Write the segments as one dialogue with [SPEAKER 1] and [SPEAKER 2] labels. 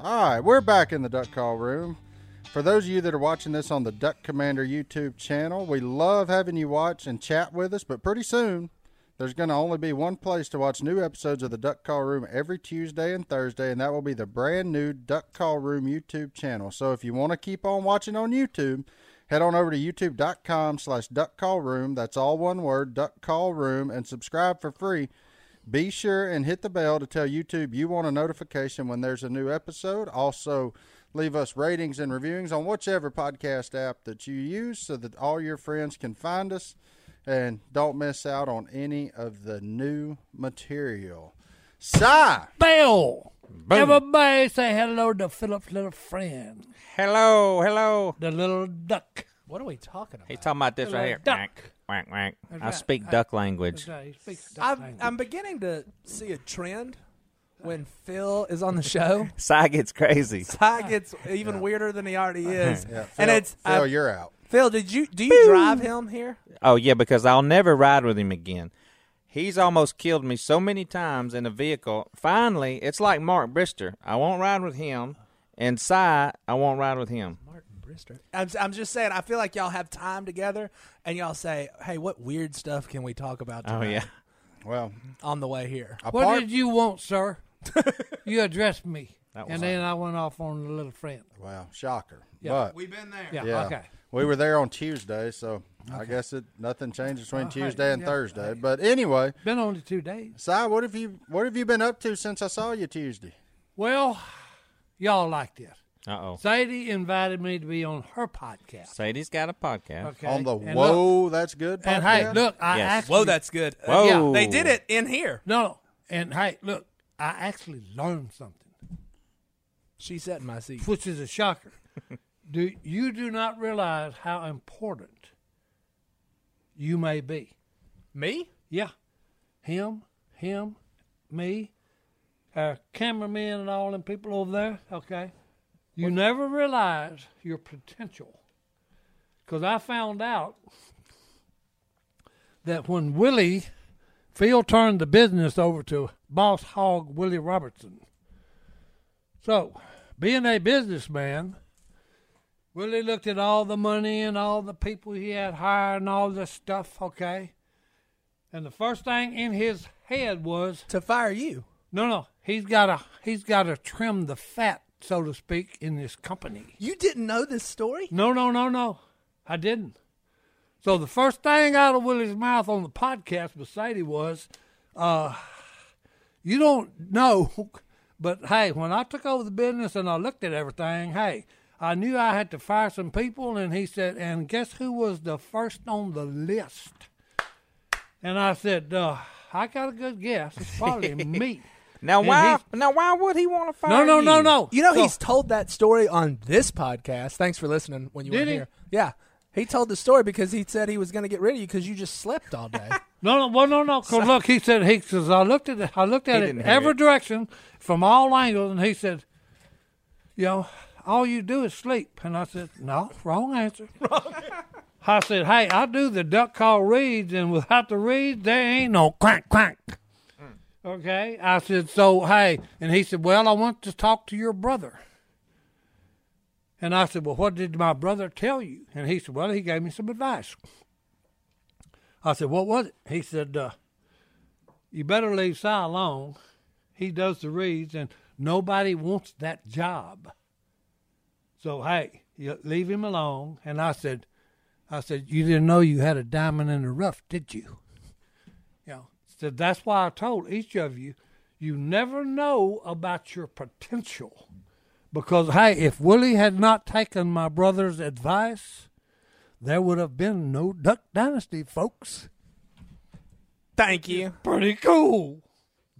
[SPEAKER 1] All right, we're back in the duck call room. For those of you that are watching this on the Duck Commander YouTube channel, we love having you watch and chat with us, but pretty soon there's going to only be one place to watch new episodes of the Duck Call Room every Tuesday and Thursday, and that will be the brand new Duck Call Room YouTube channel. So if you want to keep on watching on YouTube, head on over to youtube.com slash duck call room. That's all one word, duck call room, and subscribe for free. Be sure and hit the bell to tell YouTube you want a notification when there's a new episode. Also, leave us ratings and reviewings on whichever podcast app that you use so that all your friends can find us and don't miss out on any of the new material. Sigh!
[SPEAKER 2] Bell.
[SPEAKER 3] Boom.
[SPEAKER 2] Everybody say hello to Philip's little friend,
[SPEAKER 3] Hello, hello.
[SPEAKER 2] the little duck. What are we talking about?
[SPEAKER 3] He's talking about this
[SPEAKER 2] Hello,
[SPEAKER 3] right here.
[SPEAKER 2] duck.
[SPEAKER 3] Whack, whack, whack.
[SPEAKER 2] That's
[SPEAKER 3] I
[SPEAKER 2] right.
[SPEAKER 3] speak
[SPEAKER 2] I-
[SPEAKER 3] duck language.
[SPEAKER 2] Okay, he speaks duck
[SPEAKER 4] I'm,
[SPEAKER 2] language.
[SPEAKER 4] I'm beginning to see a trend when Phil is on the show.
[SPEAKER 3] Sai gets crazy.
[SPEAKER 4] Ty gets even weirder than he already is,
[SPEAKER 1] Yeah, Phil,
[SPEAKER 4] and it's
[SPEAKER 1] Phil,
[SPEAKER 2] uh,
[SPEAKER 4] I-
[SPEAKER 1] you're out.
[SPEAKER 4] Phil. Did you do you drive him here?
[SPEAKER 3] Oh yeah, because I'll never ride with him again. He's almost killed me so many times in a vehicle. Finally, it's like Mark Brister. I won't ride with him, and Cy, I won't ride with him.
[SPEAKER 4] I'm, I'm just saying. I feel like y'all have time together, and y'all say, "Hey, what weird stuff can we talk about?"
[SPEAKER 3] Oh
[SPEAKER 4] tonight
[SPEAKER 3] yeah,
[SPEAKER 1] Well,
[SPEAKER 4] on the way here.
[SPEAKER 2] what
[SPEAKER 1] apart,
[SPEAKER 2] did you want, sir? you addressed me,
[SPEAKER 3] That was
[SPEAKER 2] and then I went off on the little friend.
[SPEAKER 1] well, shocker.
[SPEAKER 2] Yeah,
[SPEAKER 1] but
[SPEAKER 4] We've been there.
[SPEAKER 2] Yeah.
[SPEAKER 1] yeah,
[SPEAKER 2] Okay.
[SPEAKER 1] we were there on Tuesday, so I guess it nothing changed between
[SPEAKER 2] All right,
[SPEAKER 1] Tuesday and
[SPEAKER 2] yeah,
[SPEAKER 1] Thursday. But anyway,
[SPEAKER 2] Been on the two days.
[SPEAKER 1] Si, what have you what have you been up to since I saw you Tuesday?
[SPEAKER 2] Well, y'all like this.
[SPEAKER 3] Uh oh.
[SPEAKER 2] Sadie invited me to be on her podcast.
[SPEAKER 3] Sadie's got a podcast.
[SPEAKER 2] Okay.
[SPEAKER 1] On the
[SPEAKER 2] And look-
[SPEAKER 1] whoa, that's good.
[SPEAKER 2] and hey,
[SPEAKER 1] podcast?
[SPEAKER 2] look, I
[SPEAKER 3] Yes.
[SPEAKER 2] actually
[SPEAKER 4] Whoa, that's good. Uh,
[SPEAKER 3] Whoa.
[SPEAKER 2] yeah,
[SPEAKER 4] They did it in here.
[SPEAKER 2] no, no. And hey, look, I actually learned something,
[SPEAKER 4] She sat in my seat.
[SPEAKER 2] which is a shocker. do you do not realize how important you may be?
[SPEAKER 4] Me?
[SPEAKER 2] Yeah, him, him, me, our cameramen and all them people over there. Okay, you never realize your potential. Because I found out that when Willie Phil turned the business over to Boss Hog Willie Robertson. So, being a businessman, Willie looked at all the money and all the people he had hired and all this stuff. Okay. And the first thing in his head was,
[SPEAKER 4] To fire you?
[SPEAKER 2] no, no, he's got to he's got to trim the fat, so to speak, in this company.
[SPEAKER 4] You didn't know this story?
[SPEAKER 2] No, no, no, no, I didn't. So the first thing out of Willie's mouth on the podcast with Sadie was, uh, "You don't know, but hey, when I took over the business and I looked at everything, hey." I knew I had to fire some people, and he said, and guess who was the first on the list? And I said, uh, I got a good guess. It's probably me.
[SPEAKER 3] Now
[SPEAKER 2] And
[SPEAKER 3] why?
[SPEAKER 2] he's-
[SPEAKER 3] Now why would he want to fire?
[SPEAKER 2] No, no,
[SPEAKER 3] you?
[SPEAKER 2] no, no.
[SPEAKER 4] You know
[SPEAKER 2] So-
[SPEAKER 4] he's told that story on this podcast. Thanks for listening when you
[SPEAKER 2] Did
[SPEAKER 4] were
[SPEAKER 2] he?
[SPEAKER 4] here. Yeah. He told the story because he said he was going to get rid of you because you just slept all day.
[SPEAKER 2] No, no, well, no, no. Cause look, he said he says I looked at it, I looked at
[SPEAKER 3] He
[SPEAKER 2] it in
[SPEAKER 3] didn't hear
[SPEAKER 2] every
[SPEAKER 3] it.
[SPEAKER 2] direction from all angles, and he said, "You know, all you do is sleep." And I said, "No, wrong answer." I said, "Hey, I do the duck call reads, and without the reads, there ain't no crank crank."
[SPEAKER 3] Hmm.
[SPEAKER 2] Okay, I said, "So hey," and he said, "Well, I want to talk to your brother." And I said, "Well, what did my brother tell you?" And he said, "Well, he gave me some advice." I said, "What was it?" He said, uh, "You better leave Si alone. He does the reads, and nobody wants that job. So hey, you leave him alone." And I said, "I said you didn't know you had a diamond in the rough, did you?" You know, so that's why I told each of you, you never know about your potential, because hey, if Willie had not taken my brother's advice there would have been no Duck Dynasty, folks.
[SPEAKER 4] Thank you.
[SPEAKER 2] Pretty cool.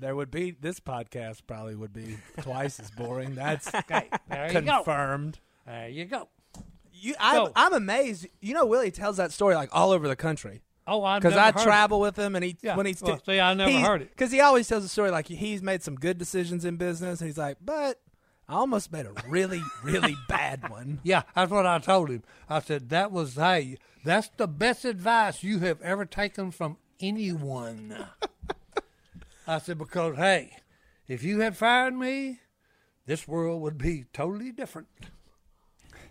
[SPEAKER 4] There would be this podcast probably would be twice as boring. That's
[SPEAKER 2] There you go.
[SPEAKER 4] confirmed.
[SPEAKER 2] There you go.
[SPEAKER 4] You, I'm,
[SPEAKER 2] So-
[SPEAKER 4] I'm amazed. You know, Willie tells that story like all over the country.
[SPEAKER 2] Oh, I
[SPEAKER 4] because
[SPEAKER 2] never
[SPEAKER 4] I
[SPEAKER 2] heard
[SPEAKER 4] travel with him, and he
[SPEAKER 2] Yeah,
[SPEAKER 4] when he's
[SPEAKER 2] well, see, I never heard it.
[SPEAKER 4] because he always tells a story like he's made some good decisions in business, and he's like, but I almost made a really really bad one.
[SPEAKER 2] Yeah, that's what I told him. I said that was hey, That's the best advice you have ever taken from anyone. I said, because, hey, if you had fired me, this world would be totally different.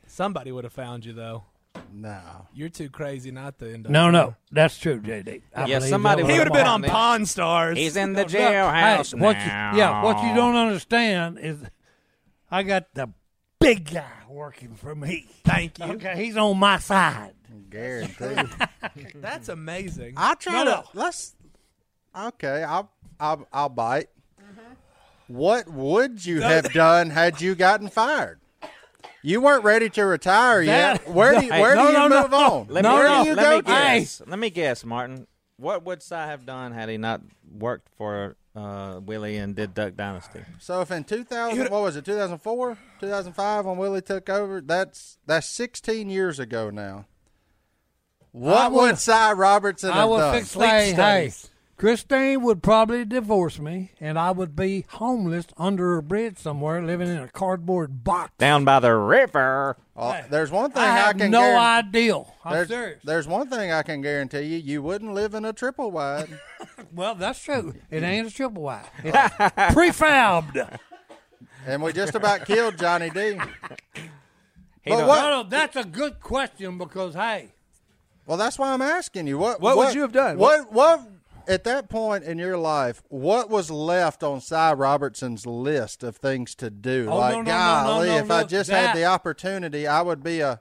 [SPEAKER 4] Somebody would have found you though.
[SPEAKER 1] No.
[SPEAKER 4] You're too crazy not to end up.
[SPEAKER 2] No, no, that's true, JD. I
[SPEAKER 3] Yeah,
[SPEAKER 2] believe
[SPEAKER 3] somebody
[SPEAKER 2] that.
[SPEAKER 3] would
[SPEAKER 4] He would have been on
[SPEAKER 3] Come on,
[SPEAKER 4] Pawn Stars.
[SPEAKER 3] He's in the
[SPEAKER 2] Look,
[SPEAKER 3] jailhouse
[SPEAKER 2] hey, what you-
[SPEAKER 3] now.
[SPEAKER 2] yeah, what you don't understand is I got the big guy working for me.
[SPEAKER 4] Thank you.
[SPEAKER 2] Okay, he's on my side.
[SPEAKER 1] Guaranteed.
[SPEAKER 4] That's amazing.
[SPEAKER 1] I try
[SPEAKER 2] No,
[SPEAKER 1] to
[SPEAKER 2] no.
[SPEAKER 1] let's. Okay, I'll I'll, I'll bite.
[SPEAKER 2] Mm-hmm.
[SPEAKER 1] What would you have done had you gotten fired? You weren't ready to retire
[SPEAKER 2] That-
[SPEAKER 1] yet. Where do you,
[SPEAKER 2] Hey,
[SPEAKER 1] where do
[SPEAKER 2] no,
[SPEAKER 1] you
[SPEAKER 2] no, no,
[SPEAKER 1] move
[SPEAKER 2] no.
[SPEAKER 1] on?
[SPEAKER 3] Let
[SPEAKER 2] No,
[SPEAKER 3] me,
[SPEAKER 1] where
[SPEAKER 2] no,
[SPEAKER 1] do you
[SPEAKER 3] let
[SPEAKER 1] go
[SPEAKER 3] me
[SPEAKER 1] to?
[SPEAKER 3] guess. Let me guess, Martin. What would Si have done had he not worked for uh, Willie and did Duck Dynasty?
[SPEAKER 1] So if in 2000, what was it, 2004, 2005, when Willie took over, that's that's 16 years ago now. What
[SPEAKER 2] would-
[SPEAKER 1] would Cy Robertson
[SPEAKER 2] I
[SPEAKER 1] have
[SPEAKER 2] would
[SPEAKER 1] done?
[SPEAKER 2] fix
[SPEAKER 4] Sleep
[SPEAKER 2] hey, hey,
[SPEAKER 4] studies.
[SPEAKER 2] Christine would probably divorce me, and I would be homeless under a bridge somewhere, living in a cardboard box.
[SPEAKER 3] Down by the river.
[SPEAKER 1] Uh, there's one thing
[SPEAKER 2] I
[SPEAKER 1] I,
[SPEAKER 2] have
[SPEAKER 1] can
[SPEAKER 2] no
[SPEAKER 1] guarantee.
[SPEAKER 2] idea. I'm
[SPEAKER 1] there's,
[SPEAKER 2] serious.
[SPEAKER 1] there's one thing I can guarantee you: you wouldn't live in a triple wide.
[SPEAKER 2] well, that's true. It ain't a triple wide. It's prefabbed.
[SPEAKER 1] and we just about killed Johnny D.
[SPEAKER 3] He
[SPEAKER 1] But
[SPEAKER 3] don't-
[SPEAKER 1] what-
[SPEAKER 2] No, no, that's a good question because hey,
[SPEAKER 1] Well, that's why I'm asking you. What,
[SPEAKER 4] What would you have done?
[SPEAKER 1] What, what, at that point in your life, what was left on Cy Robertson's list of things to do?
[SPEAKER 2] Oh,
[SPEAKER 1] like,
[SPEAKER 2] no, no, no, no,
[SPEAKER 1] golly,
[SPEAKER 2] no,
[SPEAKER 1] if I
[SPEAKER 2] look,
[SPEAKER 1] just
[SPEAKER 2] that-
[SPEAKER 1] had the opportunity, I would be a.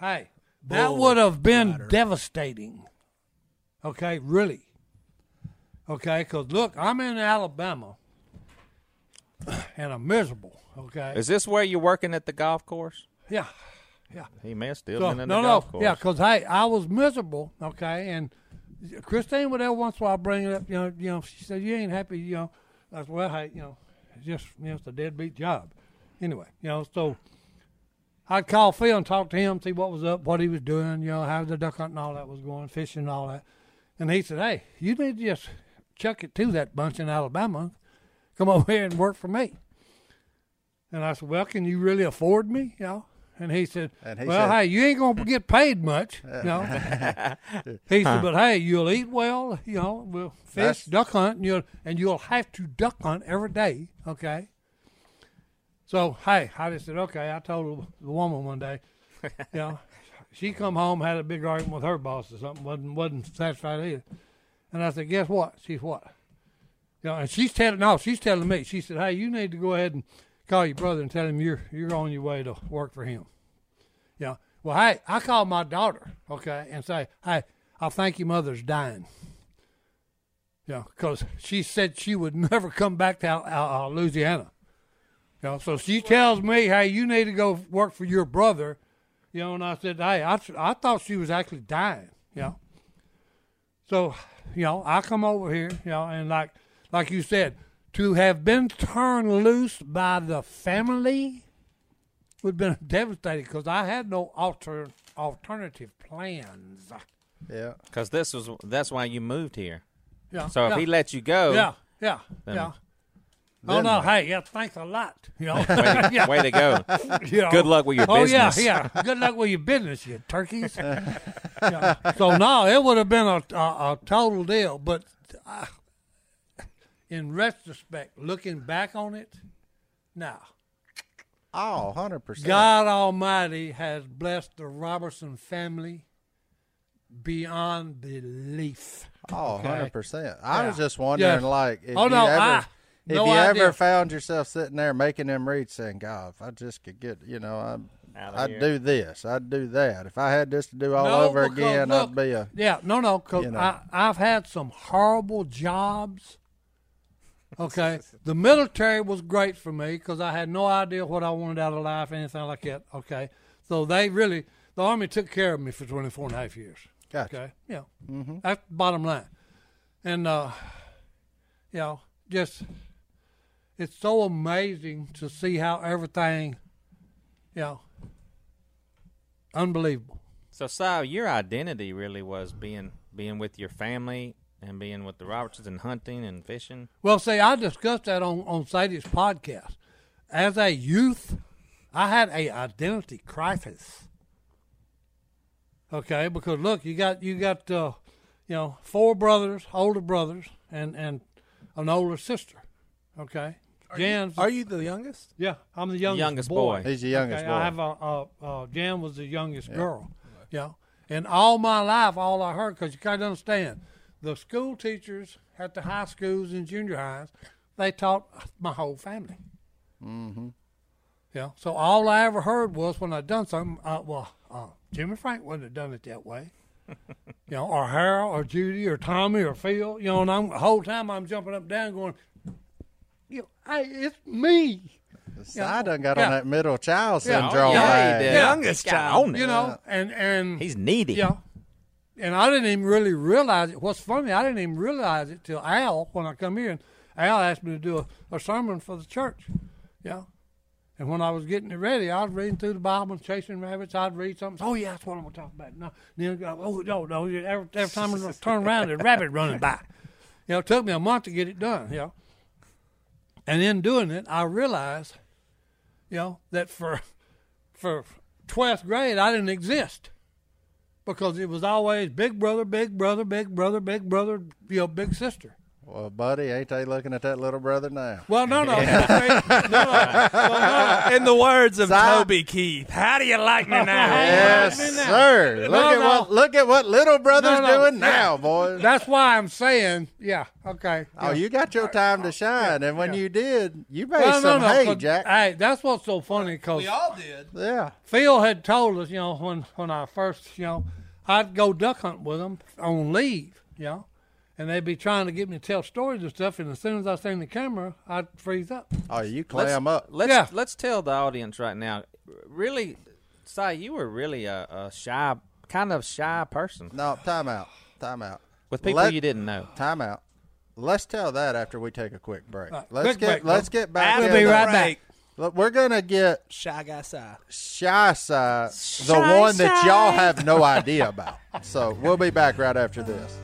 [SPEAKER 2] hey, that would have been devastating. Okay, really. Okay, because look, I'm in Alabama, and I'm miserable. Okay,
[SPEAKER 3] Is this where you're working at the golf course?
[SPEAKER 2] yeah.
[SPEAKER 3] He may have still
[SPEAKER 2] So,
[SPEAKER 3] been in
[SPEAKER 2] no,
[SPEAKER 3] the
[SPEAKER 2] no,
[SPEAKER 3] golf course.
[SPEAKER 2] yeah, because hey, I was miserable, okay, and Christine would every once in a while bring it up, you know, you know, she said you ain't happy, you know. I said, well, hey, you know, it's just you know, it's a deadbeat job, anyway, you know. So I'd call Phil and talk to him, see what was up, what he was doing, you know, how the duck hunt and all that was going, fishing and all that, and he said, hey, you need to just chuck it to that bunch in Alabama, come over here and work for me. And I said, well, can you really afford me, you know? And he said,
[SPEAKER 1] And he
[SPEAKER 2] well,
[SPEAKER 1] said-
[SPEAKER 2] hey, you ain't gonna get paid much, you know. he said, but hey, you'll eat well, you know, we'll fish,
[SPEAKER 1] That's-
[SPEAKER 2] duck hunt, and you'll and you'll have to duck hunt every day, okay. So hey, I just said, okay. I told the woman one day, you know, she come home had a big argument with her boss or something, wasn't wasn't satisfied either. And I said, guess what? She's what? You know, and she's telling no, she's telling me. She said, hey, you need to go ahead and call your brother and tell him you're you're on your way to work for him. You know, well, hey, I call my daughter, okay, and say, hey, I think your mother's dying. You know, because she said she would never come back to Al- Al- Al- Louisiana. You know, so she tells me, hey, you need to go work for your brother. You know, and I said, hey, I, I thought she was actually dying, you know. So, you know, I come over here, you know, and like like you said, to have been turned loose by the family would have been devastated because I had no alter alternative plans.
[SPEAKER 1] Yeah.
[SPEAKER 3] Because this was that's why you moved here.
[SPEAKER 2] Yeah.
[SPEAKER 3] So if
[SPEAKER 2] yeah,
[SPEAKER 3] he let you go,
[SPEAKER 2] yeah, yeah, yeah. Oh
[SPEAKER 1] Then
[SPEAKER 2] no!
[SPEAKER 1] what?
[SPEAKER 2] Hey, yeah, thanks a lot. You know,
[SPEAKER 3] way, to,
[SPEAKER 2] yeah,
[SPEAKER 3] way to go.
[SPEAKER 2] you know.
[SPEAKER 3] Good luck with your
[SPEAKER 2] Oh
[SPEAKER 3] business.
[SPEAKER 2] yeah, yeah. Good luck with your business, you turkeys. Yeah. So no, it would have been a, a, a total deal. But uh, in retrospect, looking back on it, now
[SPEAKER 1] Oh, 100%.
[SPEAKER 2] God Almighty has blessed the Robertson family beyond belief.
[SPEAKER 1] Oh,
[SPEAKER 2] Okay.
[SPEAKER 1] 100%. I was
[SPEAKER 2] Yeah.
[SPEAKER 1] just wondering,
[SPEAKER 2] Yes.
[SPEAKER 1] like, if
[SPEAKER 2] Oh,
[SPEAKER 1] you
[SPEAKER 2] no,
[SPEAKER 1] ever.
[SPEAKER 2] I-
[SPEAKER 1] if
[SPEAKER 2] no
[SPEAKER 1] you
[SPEAKER 2] idea.
[SPEAKER 1] ever found yourself sitting there making them read, saying, "God, if I just could get, you know, I,
[SPEAKER 3] Outta
[SPEAKER 1] I'd
[SPEAKER 3] here.
[SPEAKER 1] do this, I'd do that. If I had this to do all
[SPEAKER 2] No,
[SPEAKER 1] over
[SPEAKER 2] because
[SPEAKER 1] again, I'd
[SPEAKER 2] look,
[SPEAKER 1] be a."
[SPEAKER 2] Yeah, no, no, 'cause
[SPEAKER 1] You know.
[SPEAKER 2] I, I've had some horrible jobs. Okay, the military was great for me because I had no idea what I wanted out of life, anything like that. Okay, so they really, the army took care of me for 24 and a half years.
[SPEAKER 1] Gotcha.
[SPEAKER 2] Okay, yeah, that's the bottom line, and uh, you know, just it's so amazing to see how everything, you know, unbelievable.
[SPEAKER 3] So Sal, your identity really was being being with your family and being with the Robertsons and hunting and fishing.
[SPEAKER 2] Well, see, I discussed that on on Sadie's podcast. As a youth, I had a identity crisis. Okay, because look, you got you got uh, you know four brothers, older brothers, and and an older sister. Okay, Jan's
[SPEAKER 4] Are you the youngest?
[SPEAKER 2] yeah, I'm the youngest,
[SPEAKER 3] Youngest
[SPEAKER 2] boy.
[SPEAKER 3] boy.
[SPEAKER 1] He's the youngest
[SPEAKER 2] okay,
[SPEAKER 1] boy.
[SPEAKER 2] I have a, a, a Jan was the youngest girl. Yeah, and all my life, all I heard because you got to understand, the school teachers at the high schools and junior highs, they taught my whole family. Mm-hmm. Yeah, so all I ever heard was when I done something, uh, well, uh, Jimmy Frank wouldn't have done it that way. You know, or Harold, or Judy, or Tommy, or Phil. You know, and I'm the whole time I'm jumping up and down, going, "You, know, hey, it's me."
[SPEAKER 1] So I done got on
[SPEAKER 2] Yeah.
[SPEAKER 1] that middle child
[SPEAKER 2] Yeah.
[SPEAKER 1] syndrome.
[SPEAKER 2] Yeah,
[SPEAKER 1] bag.
[SPEAKER 3] he did.
[SPEAKER 2] Yeah.
[SPEAKER 4] Youngest
[SPEAKER 3] Got
[SPEAKER 4] child.
[SPEAKER 3] on it.
[SPEAKER 2] you know, and and
[SPEAKER 3] he's needy.
[SPEAKER 2] yeah, and I didn't even really realize it. What's funny, I didn't even realize it till Al when I come here, and Al asked me to do a, a sermon for the church. Yeah, and when I was getting it ready, I was reading through the Bible and chasing rabbits. I'd read something. Oh yeah, that's what I'm gonna talk about. No, then go, oh no, no. you- Every, every time I turn around, there's a rabbit running by. You know, it took me a month to get it done. You know, and in doing it, I realized, you know, that for for twelfth grade, I didn't exist because it was always big brother, big brother, big brother, big brother, you know, big sister.
[SPEAKER 1] Well, buddy, ain't they looking at that little brother now?
[SPEAKER 2] Well, no, no, no, no, no,
[SPEAKER 4] In the words of
[SPEAKER 1] Side-
[SPEAKER 4] Toby Keith, how do you like me now?
[SPEAKER 1] Yes,
[SPEAKER 2] Right now.
[SPEAKER 1] sir. Look
[SPEAKER 2] No,
[SPEAKER 1] at
[SPEAKER 2] no.
[SPEAKER 1] what look at what little brother's
[SPEAKER 2] No, no.
[SPEAKER 1] doing
[SPEAKER 2] No.
[SPEAKER 1] now, boys.
[SPEAKER 2] That's why I'm saying, yeah, okay.
[SPEAKER 1] Oh, you got your time to shine, and when you did, you made
[SPEAKER 2] Well,
[SPEAKER 1] some hay,
[SPEAKER 2] 'cause-
[SPEAKER 1] Jack.
[SPEAKER 2] Hey, that's what's so funny because
[SPEAKER 4] all did.
[SPEAKER 1] yeah,
[SPEAKER 2] Phil had told us, you know, when when I first, you know, I'd go duck hunt with them on leave, you know, and they'd be trying to get me to tell stories and stuff, and as soon as I seen the camera, I'd freeze up.
[SPEAKER 1] oh, you clam up.
[SPEAKER 3] Let's
[SPEAKER 2] Yeah.
[SPEAKER 3] let's tell the audience right now. Really, Si, you were really a, a shy, kind of shy person
[SPEAKER 1] No, time out, time out.
[SPEAKER 3] with people
[SPEAKER 1] Let-
[SPEAKER 3] you didn't know.
[SPEAKER 1] Time out. Let's tell that after we take a quick break.
[SPEAKER 2] All right,
[SPEAKER 1] let's
[SPEAKER 2] quick
[SPEAKER 1] get
[SPEAKER 2] break,
[SPEAKER 1] let's
[SPEAKER 2] bro.
[SPEAKER 1] get back.
[SPEAKER 2] We'll
[SPEAKER 1] in
[SPEAKER 2] be
[SPEAKER 1] the-
[SPEAKER 2] right back.
[SPEAKER 1] Look, We're gonna get
[SPEAKER 4] Shy guy side.
[SPEAKER 1] shy side, the one that y'all have no idea about. So we'll be back right after this.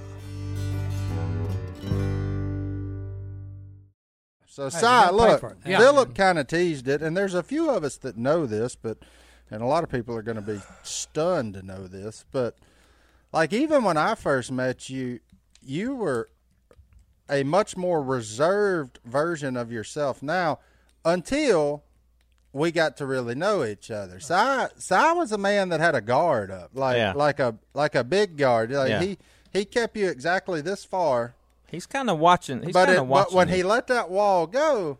[SPEAKER 1] So,
[SPEAKER 2] gotta
[SPEAKER 1] Si,
[SPEAKER 2] pay
[SPEAKER 1] look,
[SPEAKER 2] for it. Yeah.
[SPEAKER 1] Philip kind of teased it, and there's a few of us that know this, but and a lot of people are going to be stunned to know this, but like even when I first met you, you were a much more reserved version of yourself now until we got to really know each other. So I, so I was a man that had a guard up, like
[SPEAKER 3] Yeah.
[SPEAKER 1] like a like a big guard. Like
[SPEAKER 3] Yeah.
[SPEAKER 1] He he kept you exactly this far,
[SPEAKER 3] He's kind of watching. He's
[SPEAKER 1] but
[SPEAKER 3] kind
[SPEAKER 1] it,
[SPEAKER 3] of watching.
[SPEAKER 1] but when
[SPEAKER 3] it.
[SPEAKER 1] he let that wall go,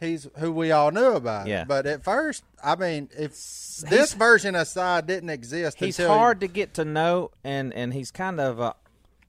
[SPEAKER 1] he's who we all knew about.
[SPEAKER 3] Yeah.
[SPEAKER 1] But at first, I mean, if this version of side didn't exist,
[SPEAKER 3] he's
[SPEAKER 1] until
[SPEAKER 3] hard to get to know, and and he's kind of uh,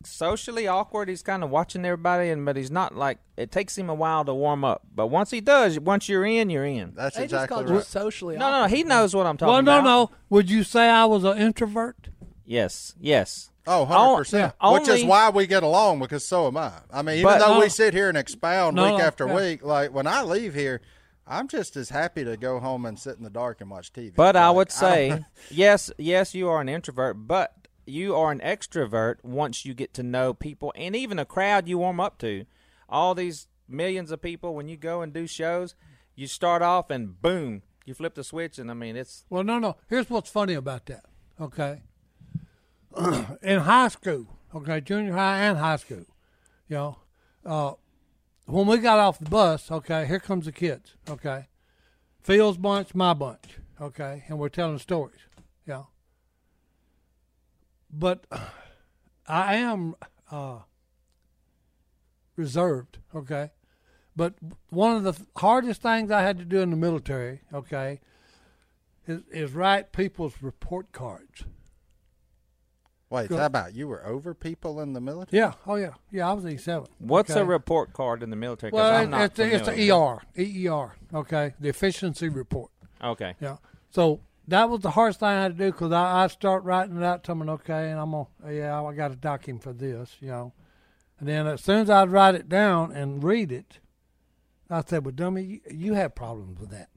[SPEAKER 3] socially awkward. He's kind of watching everybody, and but he's not like it takes him a while to warm up. But once he does, once you're in, you're in.
[SPEAKER 1] That's
[SPEAKER 4] They just
[SPEAKER 1] exactly
[SPEAKER 4] called
[SPEAKER 1] right.
[SPEAKER 4] you socially
[SPEAKER 3] No, no,
[SPEAKER 4] awkward.
[SPEAKER 3] he knows what I'm talking
[SPEAKER 2] Well,
[SPEAKER 3] about.
[SPEAKER 2] no, no. Would you say I was an introvert?
[SPEAKER 3] Yes, yes.
[SPEAKER 1] Oh,
[SPEAKER 3] On-
[SPEAKER 1] 100%.
[SPEAKER 3] yeah,
[SPEAKER 1] Which is
[SPEAKER 3] only-
[SPEAKER 1] why we get along because so am I. I mean, even
[SPEAKER 3] But-
[SPEAKER 1] though
[SPEAKER 2] No.
[SPEAKER 1] we sit here and expound
[SPEAKER 2] No,
[SPEAKER 1] week
[SPEAKER 2] no,
[SPEAKER 1] after
[SPEAKER 2] yeah.
[SPEAKER 1] week, like when I leave here, I'm just as happy to go home and sit in the dark and watch TV.
[SPEAKER 3] But I
[SPEAKER 1] Like,
[SPEAKER 3] would
[SPEAKER 1] don't-
[SPEAKER 3] say, yes, yes, you are an introvert, but you are an extrovert once you get to know people and even a crowd you warm up to. All these millions of people, when you go and do shows, you start off and boom, you flip the switch, and I mean, it's
[SPEAKER 2] Well, no, no. Here's what's funny about that. Okay. In high school, okay, junior high and high school, you know, uh, when we got off the bus, okay, here comes the kids, okay, Phil's bunch, my bunch, okay, and we're telling stories, yeah. But I am uh, reserved, okay. But one of the hardest things I had to do in the military, okay, is, is write people's report cards.
[SPEAKER 1] Wait,
[SPEAKER 2] Go-
[SPEAKER 1] how about you were over people in the military?
[SPEAKER 2] Yeah. Oh yeah. Yeah. I was E seven.
[SPEAKER 3] what's
[SPEAKER 2] okay?
[SPEAKER 3] a report card in the military? 'Cause
[SPEAKER 2] Well,
[SPEAKER 3] I'm not
[SPEAKER 2] it's, it's the
[SPEAKER 3] familiar.
[SPEAKER 2] ER, EER. Okay, the efficiency report.
[SPEAKER 3] Okay,
[SPEAKER 2] Yeah. So that was the hardest thing I had to do because I, I start writing it out, telling okay, and I'm gonna yeah, I got to dock him for this, you know. And then as soon as I'd write it down and read it, I said, "Well, dummy, you, you have problems with that."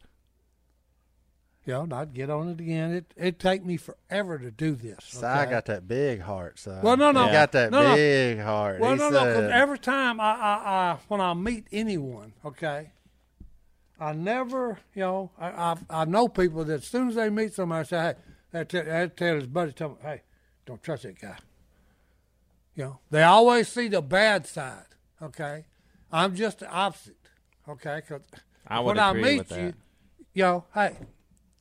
[SPEAKER 2] You know, and I'd get on it again. It it'd take me forever to do this.
[SPEAKER 1] Si I
[SPEAKER 2] okay?
[SPEAKER 1] got that big heart, Si.
[SPEAKER 2] Well, no, no.
[SPEAKER 1] He got that
[SPEAKER 2] No, no.
[SPEAKER 1] big heart.
[SPEAKER 2] Well,
[SPEAKER 1] He
[SPEAKER 2] no, no, 'cause
[SPEAKER 1] said-
[SPEAKER 2] every time I, I, I, when I meet anyone, okay, I never, you know, I, I, I know people that as soon as they meet somebody, I say, hey, they tell, they tell his buddy, tell me, hey, Don't trust that guy. You know, they always see the bad side. Okay, I'm just the opposite. Okay, because
[SPEAKER 3] I would
[SPEAKER 2] when I
[SPEAKER 3] agree
[SPEAKER 2] meet
[SPEAKER 3] with
[SPEAKER 2] you,
[SPEAKER 3] that.
[SPEAKER 2] you know, hey,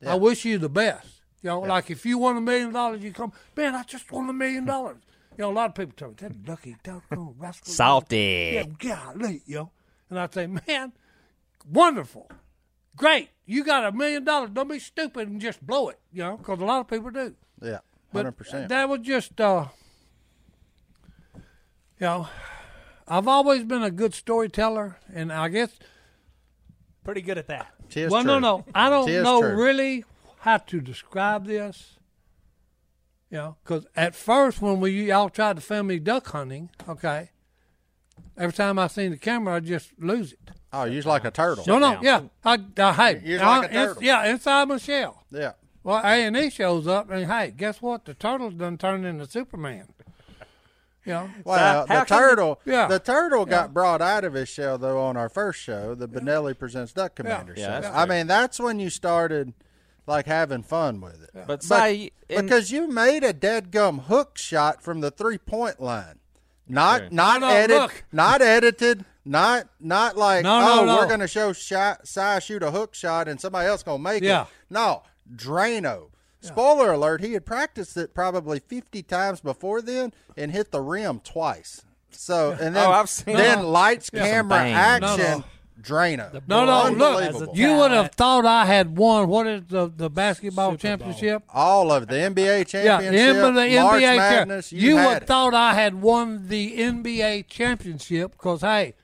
[SPEAKER 2] I wish you the best. You know, like if you won a million dollars, you come, man, I just won a million dollars. You know, a lot of people tell me that lucky doggone rascal. Yeah,
[SPEAKER 3] Salty.
[SPEAKER 2] golly, yo. And I say, man, wonderful, great. You got a million dollars. Don't be stupid and just blow it, you know, because a lot of people do.
[SPEAKER 1] Yeah,
[SPEAKER 2] But
[SPEAKER 1] hundred percent.
[SPEAKER 2] That was just, uh, you know, I've always been a good storyteller, and I guess
[SPEAKER 4] Pretty good at that.
[SPEAKER 2] well, no, no, I don't
[SPEAKER 1] It is
[SPEAKER 2] know
[SPEAKER 1] true.
[SPEAKER 2] really how to describe this. You know, because at first when we all tried to film me duck hunting, okay, every time I seen the camera, I just lose it.
[SPEAKER 1] Oh, you're like a turtle.
[SPEAKER 2] No, no,
[SPEAKER 3] down.
[SPEAKER 2] yeah. I, I hey,
[SPEAKER 1] You're
[SPEAKER 2] I-
[SPEAKER 1] like a
[SPEAKER 2] it's-
[SPEAKER 1] turtle.
[SPEAKER 2] yeah, inside Michelle.
[SPEAKER 1] Yeah.
[SPEAKER 2] Well, A and E shows up, and hey, guess what? The turtle's done turned into Superman. You know,
[SPEAKER 1] Well,
[SPEAKER 3] how
[SPEAKER 1] the
[SPEAKER 3] come you-
[SPEAKER 1] turtle.
[SPEAKER 2] Yeah.
[SPEAKER 1] The turtle got brought out of his shell though on our first show, the Benelli presents Duck Commander
[SPEAKER 3] Yeah,
[SPEAKER 1] show.
[SPEAKER 3] that's
[SPEAKER 1] I mean, that's when you started like having fun with it.
[SPEAKER 3] But say in-
[SPEAKER 1] because you made a dead gum hook shot from the three point line. Not not
[SPEAKER 2] No, no,
[SPEAKER 1] edit,
[SPEAKER 2] look.
[SPEAKER 1] not edited, not not like
[SPEAKER 2] No, no,
[SPEAKER 1] oh
[SPEAKER 2] no.
[SPEAKER 1] we're gonna show Shy, Cy shoot a hook shot and somebody else gonna make
[SPEAKER 2] Yeah.
[SPEAKER 1] it. No, Drano. Spoiler alert: He had practiced it probably fifty times before then and hit the rim twice. So and then
[SPEAKER 3] Oh, I've seen
[SPEAKER 1] then
[SPEAKER 3] that.
[SPEAKER 1] lights, camera,
[SPEAKER 3] bangs.
[SPEAKER 1] action,
[SPEAKER 2] No, no.
[SPEAKER 1] Drano.
[SPEAKER 2] no, no,
[SPEAKER 1] Unbelievable.
[SPEAKER 2] look, you would have thought I had won. What is the the basketball
[SPEAKER 4] Super Bowl.
[SPEAKER 2] championship?
[SPEAKER 1] All of it. the NBA championship,
[SPEAKER 2] the NBA
[SPEAKER 1] March
[SPEAKER 2] chair-
[SPEAKER 1] Madness. You,
[SPEAKER 2] You,
[SPEAKER 1] had
[SPEAKER 2] would
[SPEAKER 1] it.
[SPEAKER 2] thought I had won the NBA championship because hey,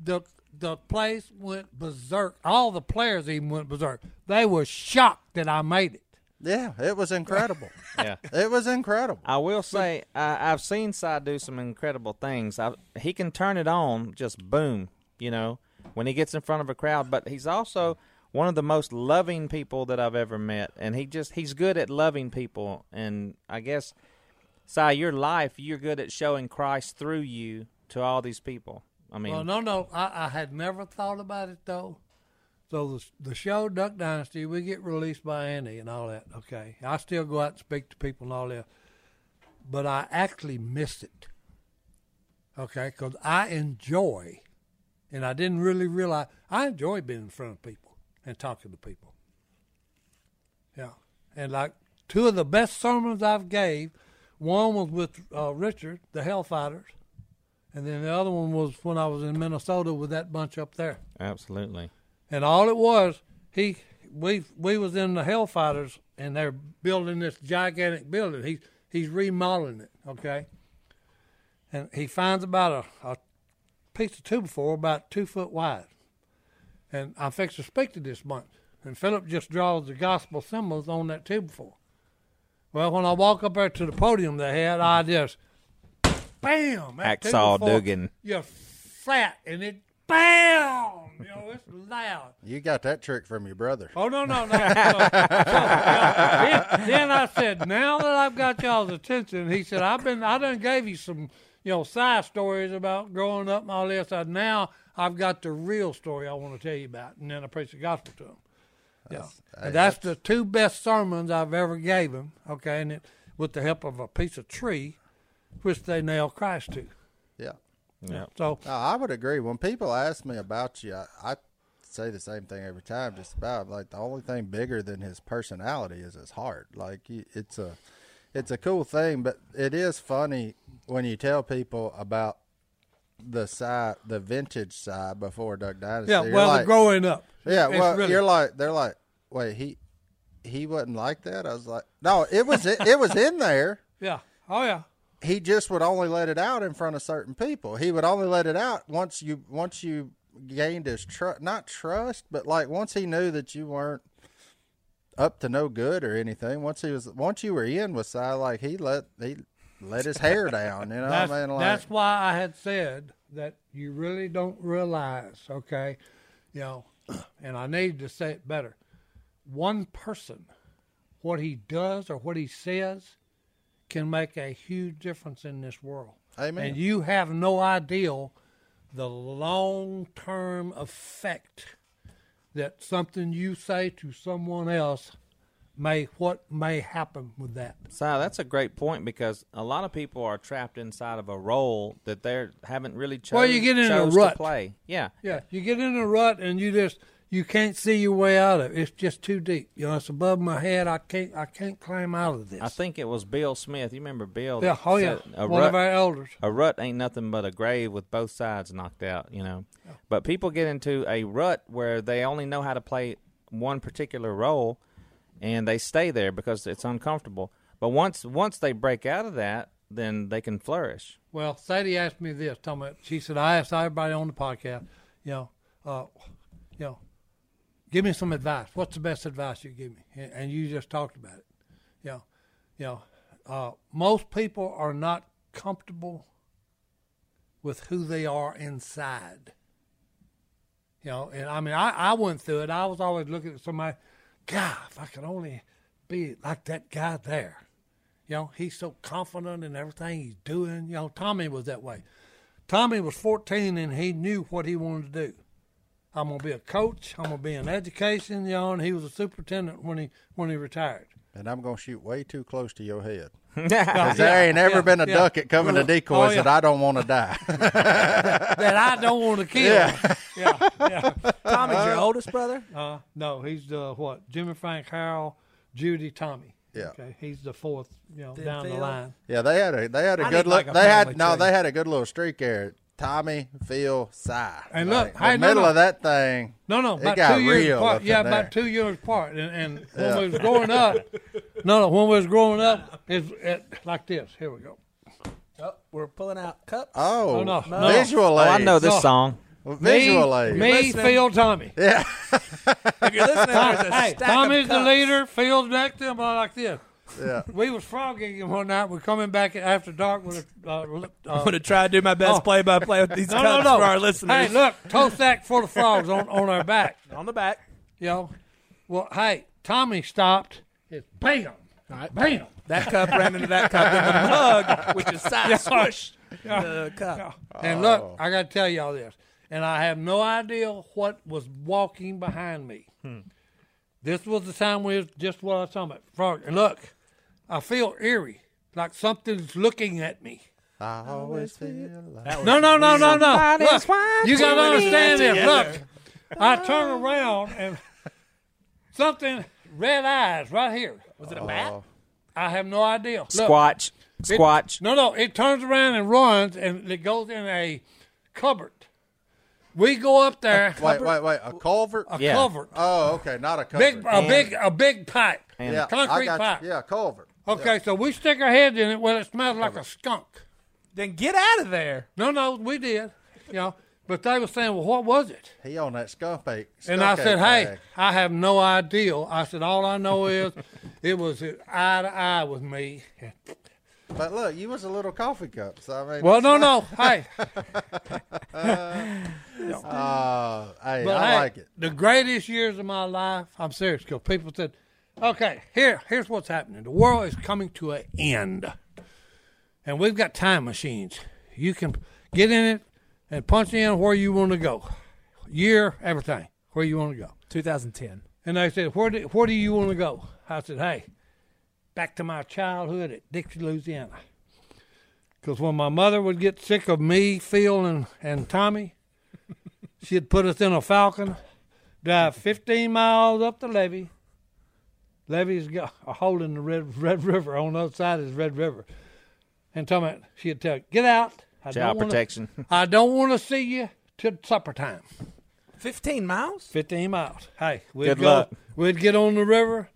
[SPEAKER 2] the the place went berserk. All the players even went berserk. They were shocked that I made it.
[SPEAKER 1] Yeah, it was incredible.
[SPEAKER 3] Yeah.
[SPEAKER 1] It was incredible.
[SPEAKER 3] I will say I, I've seen Cy do some incredible things. I, he can turn it on, just boom, you know, when he gets in front of a crowd. But he's also one of the most loving people that I've ever met, and he just he's good at loving people. And I guess Cy, your life, you're good at showing Christ through you to all these people. I mean,
[SPEAKER 2] Well, no, no, I, I had never thought about it though. So the, the show Duck Dynasty, we get released by Andy and all that. Okay, I still go out and speak to people and all that, but I actually miss it. Okay, because I enjoy, and I didn't really realize I enjoy being in front of people and talking to people. Yeah, and like two of the best sermons I've gave, one was with uh, Richard, the Hellfighters, and then the other one was when I was in Minnesota with that bunch up there.
[SPEAKER 3] absolutely.
[SPEAKER 2] And all it was, he we we was in the Hellfighters and they're building this gigantic building. He he's remodeling it, okay? And he finds about a, a piece of two before about two foot wide. And I fixed to speak to this bunch. And Philip just draws the gospel symbols on that two before. Well, when I walk up there to the podium they had, I just bam that two
[SPEAKER 3] Hacksaw
[SPEAKER 2] before,
[SPEAKER 3] Dugan.
[SPEAKER 2] You're flat and it bam you know, it's loud.
[SPEAKER 1] You got that trick from your brother.
[SPEAKER 2] Oh no no no! no. So, yeah, then, then I said, "Now that I've got y'all's attention," he said, "I've been I done gave you some you know side stories about growing up and all this. I, now I've got the real story I want to tell you about." And then I preached the gospel to him. Yeah, and that's the two best sermons I've ever gave him. Okay, and it, with the help of a piece of tree, which they nailed Christ to.
[SPEAKER 1] Yeah.
[SPEAKER 3] Yeah.
[SPEAKER 2] So
[SPEAKER 1] No, I would agree. When people ask me about you, I, I say the same thing every time. Just about like the only thing bigger than his personality is his heart. Like you- it's a, it's a cool thing, but it is funny when you tell people about the side, the vintage side before Duck Dynasty.
[SPEAKER 2] yeah,
[SPEAKER 1] You're
[SPEAKER 2] well,
[SPEAKER 1] like-
[SPEAKER 2] growing up.
[SPEAKER 1] Yeah,
[SPEAKER 2] It's
[SPEAKER 1] well,
[SPEAKER 2] really-
[SPEAKER 1] you're like they're like, wait, he he wasn't like that. I was like, no, it was it, it was in there.
[SPEAKER 2] yeah, oh yeah.
[SPEAKER 1] He just would only let it out in front of certain people. He would only let it out once you once you gained his trust, not trust, but like once he knew that you weren't up to no good or anything. Once he was once you were in with Si, like he let he let his hair down. You know,
[SPEAKER 2] That's,
[SPEAKER 1] I mean, Oh, like,
[SPEAKER 2] that's why I had said that you really don't realize, okay, you know, and I need to say it better. One person, what he does or what he says, can make a huge difference in this world.
[SPEAKER 1] Amen.
[SPEAKER 2] And you have no idea the long term effect that something you say to someone else may what may happen with that.
[SPEAKER 3] Si, that's a great point because a lot of people are trapped inside of a role that they haven't really chose,
[SPEAKER 2] Well, you get in a
[SPEAKER 3] chose
[SPEAKER 2] rut.
[SPEAKER 3] to play. Yeah.
[SPEAKER 2] Yeah, you get in a rut and you just you can't see your way out of it. It's just too deep. You know, it's above my head. I can't I can't climb out of this.
[SPEAKER 3] I think it was Bill Smith. You remember Bill?
[SPEAKER 2] yeah,
[SPEAKER 3] that
[SPEAKER 2] oh yeah,
[SPEAKER 3] said A
[SPEAKER 2] one of
[SPEAKER 3] rut,
[SPEAKER 2] our elders.
[SPEAKER 3] a rut ain't nothing but a grave with both sides knocked out, you know. But people get into a rut where they only know how to play one particular role and they stay there because it's uncomfortable. But once once they break out of that, then they can flourish.
[SPEAKER 2] Well, Sadie asked me this. Talking about, she said, I asked everybody on the podcast, you know, uh, you know, give me some advice. What's the best advice you give me? And, and you just talked about it. You know, you know, uh, most people are not comfortable with who they are inside. You know, and I mean, I, I went through it. I was always looking at somebody, God, if I could only be like that guy there. You know, he's so confident in everything he's doing. You know, Tommy was that way. Tommy was 14 and he knew what he wanted to do. I'm gonna be a coach. I'm gonna be in education. You know, and he was a superintendent when he when he retired.
[SPEAKER 1] And I'm going to shoot way too close to your head. 'Cause there ain't ever been a
[SPEAKER 2] yeah. Oh,
[SPEAKER 1] duck at coming to decoys
[SPEAKER 2] yeah.
[SPEAKER 1] that I don't want to die.
[SPEAKER 2] That I don't want to kill. Yeah, yeah.
[SPEAKER 4] Tommy's your oldest brother.
[SPEAKER 2] Uh, no, he's the what? Jimmy Frank Harrell, Judy Tommy.
[SPEAKER 1] Yeah.
[SPEAKER 2] Okay, he's the fourth. You know,
[SPEAKER 4] Then
[SPEAKER 2] down the
[SPEAKER 4] Phil.
[SPEAKER 2] line.
[SPEAKER 1] yeah, they had a they had a
[SPEAKER 4] I
[SPEAKER 1] good
[SPEAKER 4] need,
[SPEAKER 1] look.
[SPEAKER 4] like, a
[SPEAKER 1] they had
[SPEAKER 4] family
[SPEAKER 1] no,
[SPEAKER 4] tree.
[SPEAKER 1] they had a good little streak there. Tommy, Phil, Cy.
[SPEAKER 2] And look,
[SPEAKER 1] the
[SPEAKER 2] hey, no,
[SPEAKER 1] middle
[SPEAKER 2] no.
[SPEAKER 1] of that thing.
[SPEAKER 2] No, no,
[SPEAKER 1] It
[SPEAKER 2] about
[SPEAKER 1] got
[SPEAKER 2] two years
[SPEAKER 1] real
[SPEAKER 2] apart.
[SPEAKER 1] up in
[SPEAKER 2] Yeah,
[SPEAKER 1] there.
[SPEAKER 2] about two years apart. And, and when we was growing up, no, no, when we was growing up, it's it, like this. Here we go.
[SPEAKER 4] Oh, we're pulling out cups.
[SPEAKER 1] Oh,
[SPEAKER 2] Oh, no, no.
[SPEAKER 1] visual
[SPEAKER 3] Oh, I
[SPEAKER 1] aid.
[SPEAKER 3] know this
[SPEAKER 2] No.
[SPEAKER 3] song.
[SPEAKER 1] Visual aid.
[SPEAKER 2] me, me
[SPEAKER 4] Listening.
[SPEAKER 2] Phil, Tommy.
[SPEAKER 4] If you're listening, there's a
[SPEAKER 2] hey,
[SPEAKER 4] stack of
[SPEAKER 2] Tommy's the
[SPEAKER 4] cups.
[SPEAKER 2] leader. Phil's next to him. I like this.
[SPEAKER 1] Yeah.
[SPEAKER 2] We was frogging him one night. We're coming back after dark with a. Uh,
[SPEAKER 4] I'm
[SPEAKER 2] uh,
[SPEAKER 4] gonna try to do my best
[SPEAKER 2] Oh.
[SPEAKER 4] play-by-play with these
[SPEAKER 2] no, no,
[SPEAKER 4] cups
[SPEAKER 2] no.
[SPEAKER 4] for our listeners.
[SPEAKER 2] Hey, look, toe sack full of frogs on, on our back.
[SPEAKER 4] on the back.
[SPEAKER 2] You know? Well, hey, Tommy stopped. It's bam. Bam.
[SPEAKER 4] That cup ran into that cup in the mug, which is side squished the cup.
[SPEAKER 2] And look,
[SPEAKER 3] Oh.
[SPEAKER 2] I got to tell y'all this. And I have no idea what was walking behind me.
[SPEAKER 3] Hmm.
[SPEAKER 2] This was the time we was just what I was talking about. Frog. And look, I feel eerie, like something's looking at me.
[SPEAKER 1] I always feel like
[SPEAKER 2] No, no, no, no, no.
[SPEAKER 3] Somebody's
[SPEAKER 2] Look, you
[SPEAKER 3] watching
[SPEAKER 2] got to
[SPEAKER 3] it
[SPEAKER 2] understand this. Look, I turn around and something red eyes right here.
[SPEAKER 4] Was it a bat?
[SPEAKER 3] Oh.
[SPEAKER 2] I have no idea. Look,
[SPEAKER 3] Squatch. Squatch.
[SPEAKER 2] No, no, it turns around and runs, and it goes in a cupboard. We go up there,
[SPEAKER 1] Wait, wait, wait. A culvert?
[SPEAKER 2] a
[SPEAKER 3] Yeah.
[SPEAKER 2] cupboard,
[SPEAKER 1] Oh, okay. Not a culvert.
[SPEAKER 2] big, a big, a big pipe,
[SPEAKER 1] yeah,
[SPEAKER 2] concrete
[SPEAKER 1] I got
[SPEAKER 2] pipe.
[SPEAKER 1] you. Yeah, culvert.
[SPEAKER 2] Okay, so we stick our heads in it. Well, it smells like a skunk.
[SPEAKER 4] Then get out of there.
[SPEAKER 2] No, no, we did, you know. But they were saying, well, what was it?
[SPEAKER 1] He on that skunk ape.
[SPEAKER 2] And
[SPEAKER 1] skunk
[SPEAKER 2] I said,
[SPEAKER 1] ape
[SPEAKER 2] hey,
[SPEAKER 1] bag.
[SPEAKER 2] I have no idea. I said, all I know is it was eye to eye with me.
[SPEAKER 1] But look, you was a little coffee cup. So I mean,
[SPEAKER 2] Well, no, no, hey.
[SPEAKER 1] Uh, hey,
[SPEAKER 2] But
[SPEAKER 1] I
[SPEAKER 2] hey,
[SPEAKER 1] like it.
[SPEAKER 2] The greatest years of my life. I'm serious because people said, "Okay, here, here's what's happening. The world is coming to an end, and we've got time machines. You can get in it and punch in where you want to go, year, everything, where you want to go."
[SPEAKER 4] 2010.
[SPEAKER 2] And they said, "Where do where do you want to go?" I said, "Hey, back to my childhood at Dixie, Louisiana." Because when my mother would get sick of me, Phil, and, and Tommy, she'd put us in a Falcon, drive 15 miles up the levee. Levee's got a hole in the Red, Red River. On the other side is Red River. And Tommy, she'd tell, get out. I
[SPEAKER 3] Child
[SPEAKER 2] wanna-
[SPEAKER 3] protection.
[SPEAKER 2] I don't want to see you till supper time.
[SPEAKER 4] 15 miles?
[SPEAKER 2] 15 miles. Hey, we'd
[SPEAKER 3] Good
[SPEAKER 2] go,
[SPEAKER 3] luck.
[SPEAKER 2] We'd get on the river,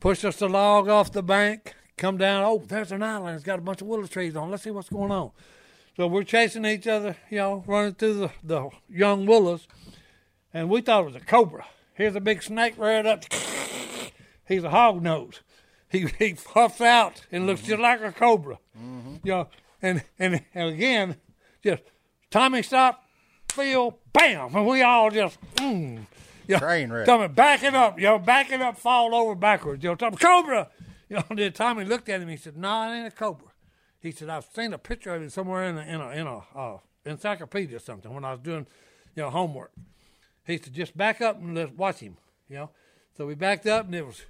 [SPEAKER 2] push us a log off the bank, come down. Oh, there's an island. It's got a bunch of willow trees on. it. Let's see what's going on. So we're chasing each other, you know, running through the, the young willows, and we thought it was a cobra. Here's a big snake right up. He's a hog nose. He he puffs out and looks just like a cobra.
[SPEAKER 3] Mm-hmm.
[SPEAKER 2] You know, and, and and again, just Tommy stop, Phil, bam, and we all just mm, you know,
[SPEAKER 1] Train wreck.
[SPEAKER 2] Tommy back it up, you know, back it up, fall over backwards. You know, Tommy, cobra. You know, then Tommy looked at him. He said, "No, it ain't a cobra." He said, "I've seen a picture of it somewhere in a in a, in a uh, encyclopedia or something when I was doing, you know, homework." He said, "Just back up and let's watch him." You know, so we backed up and it was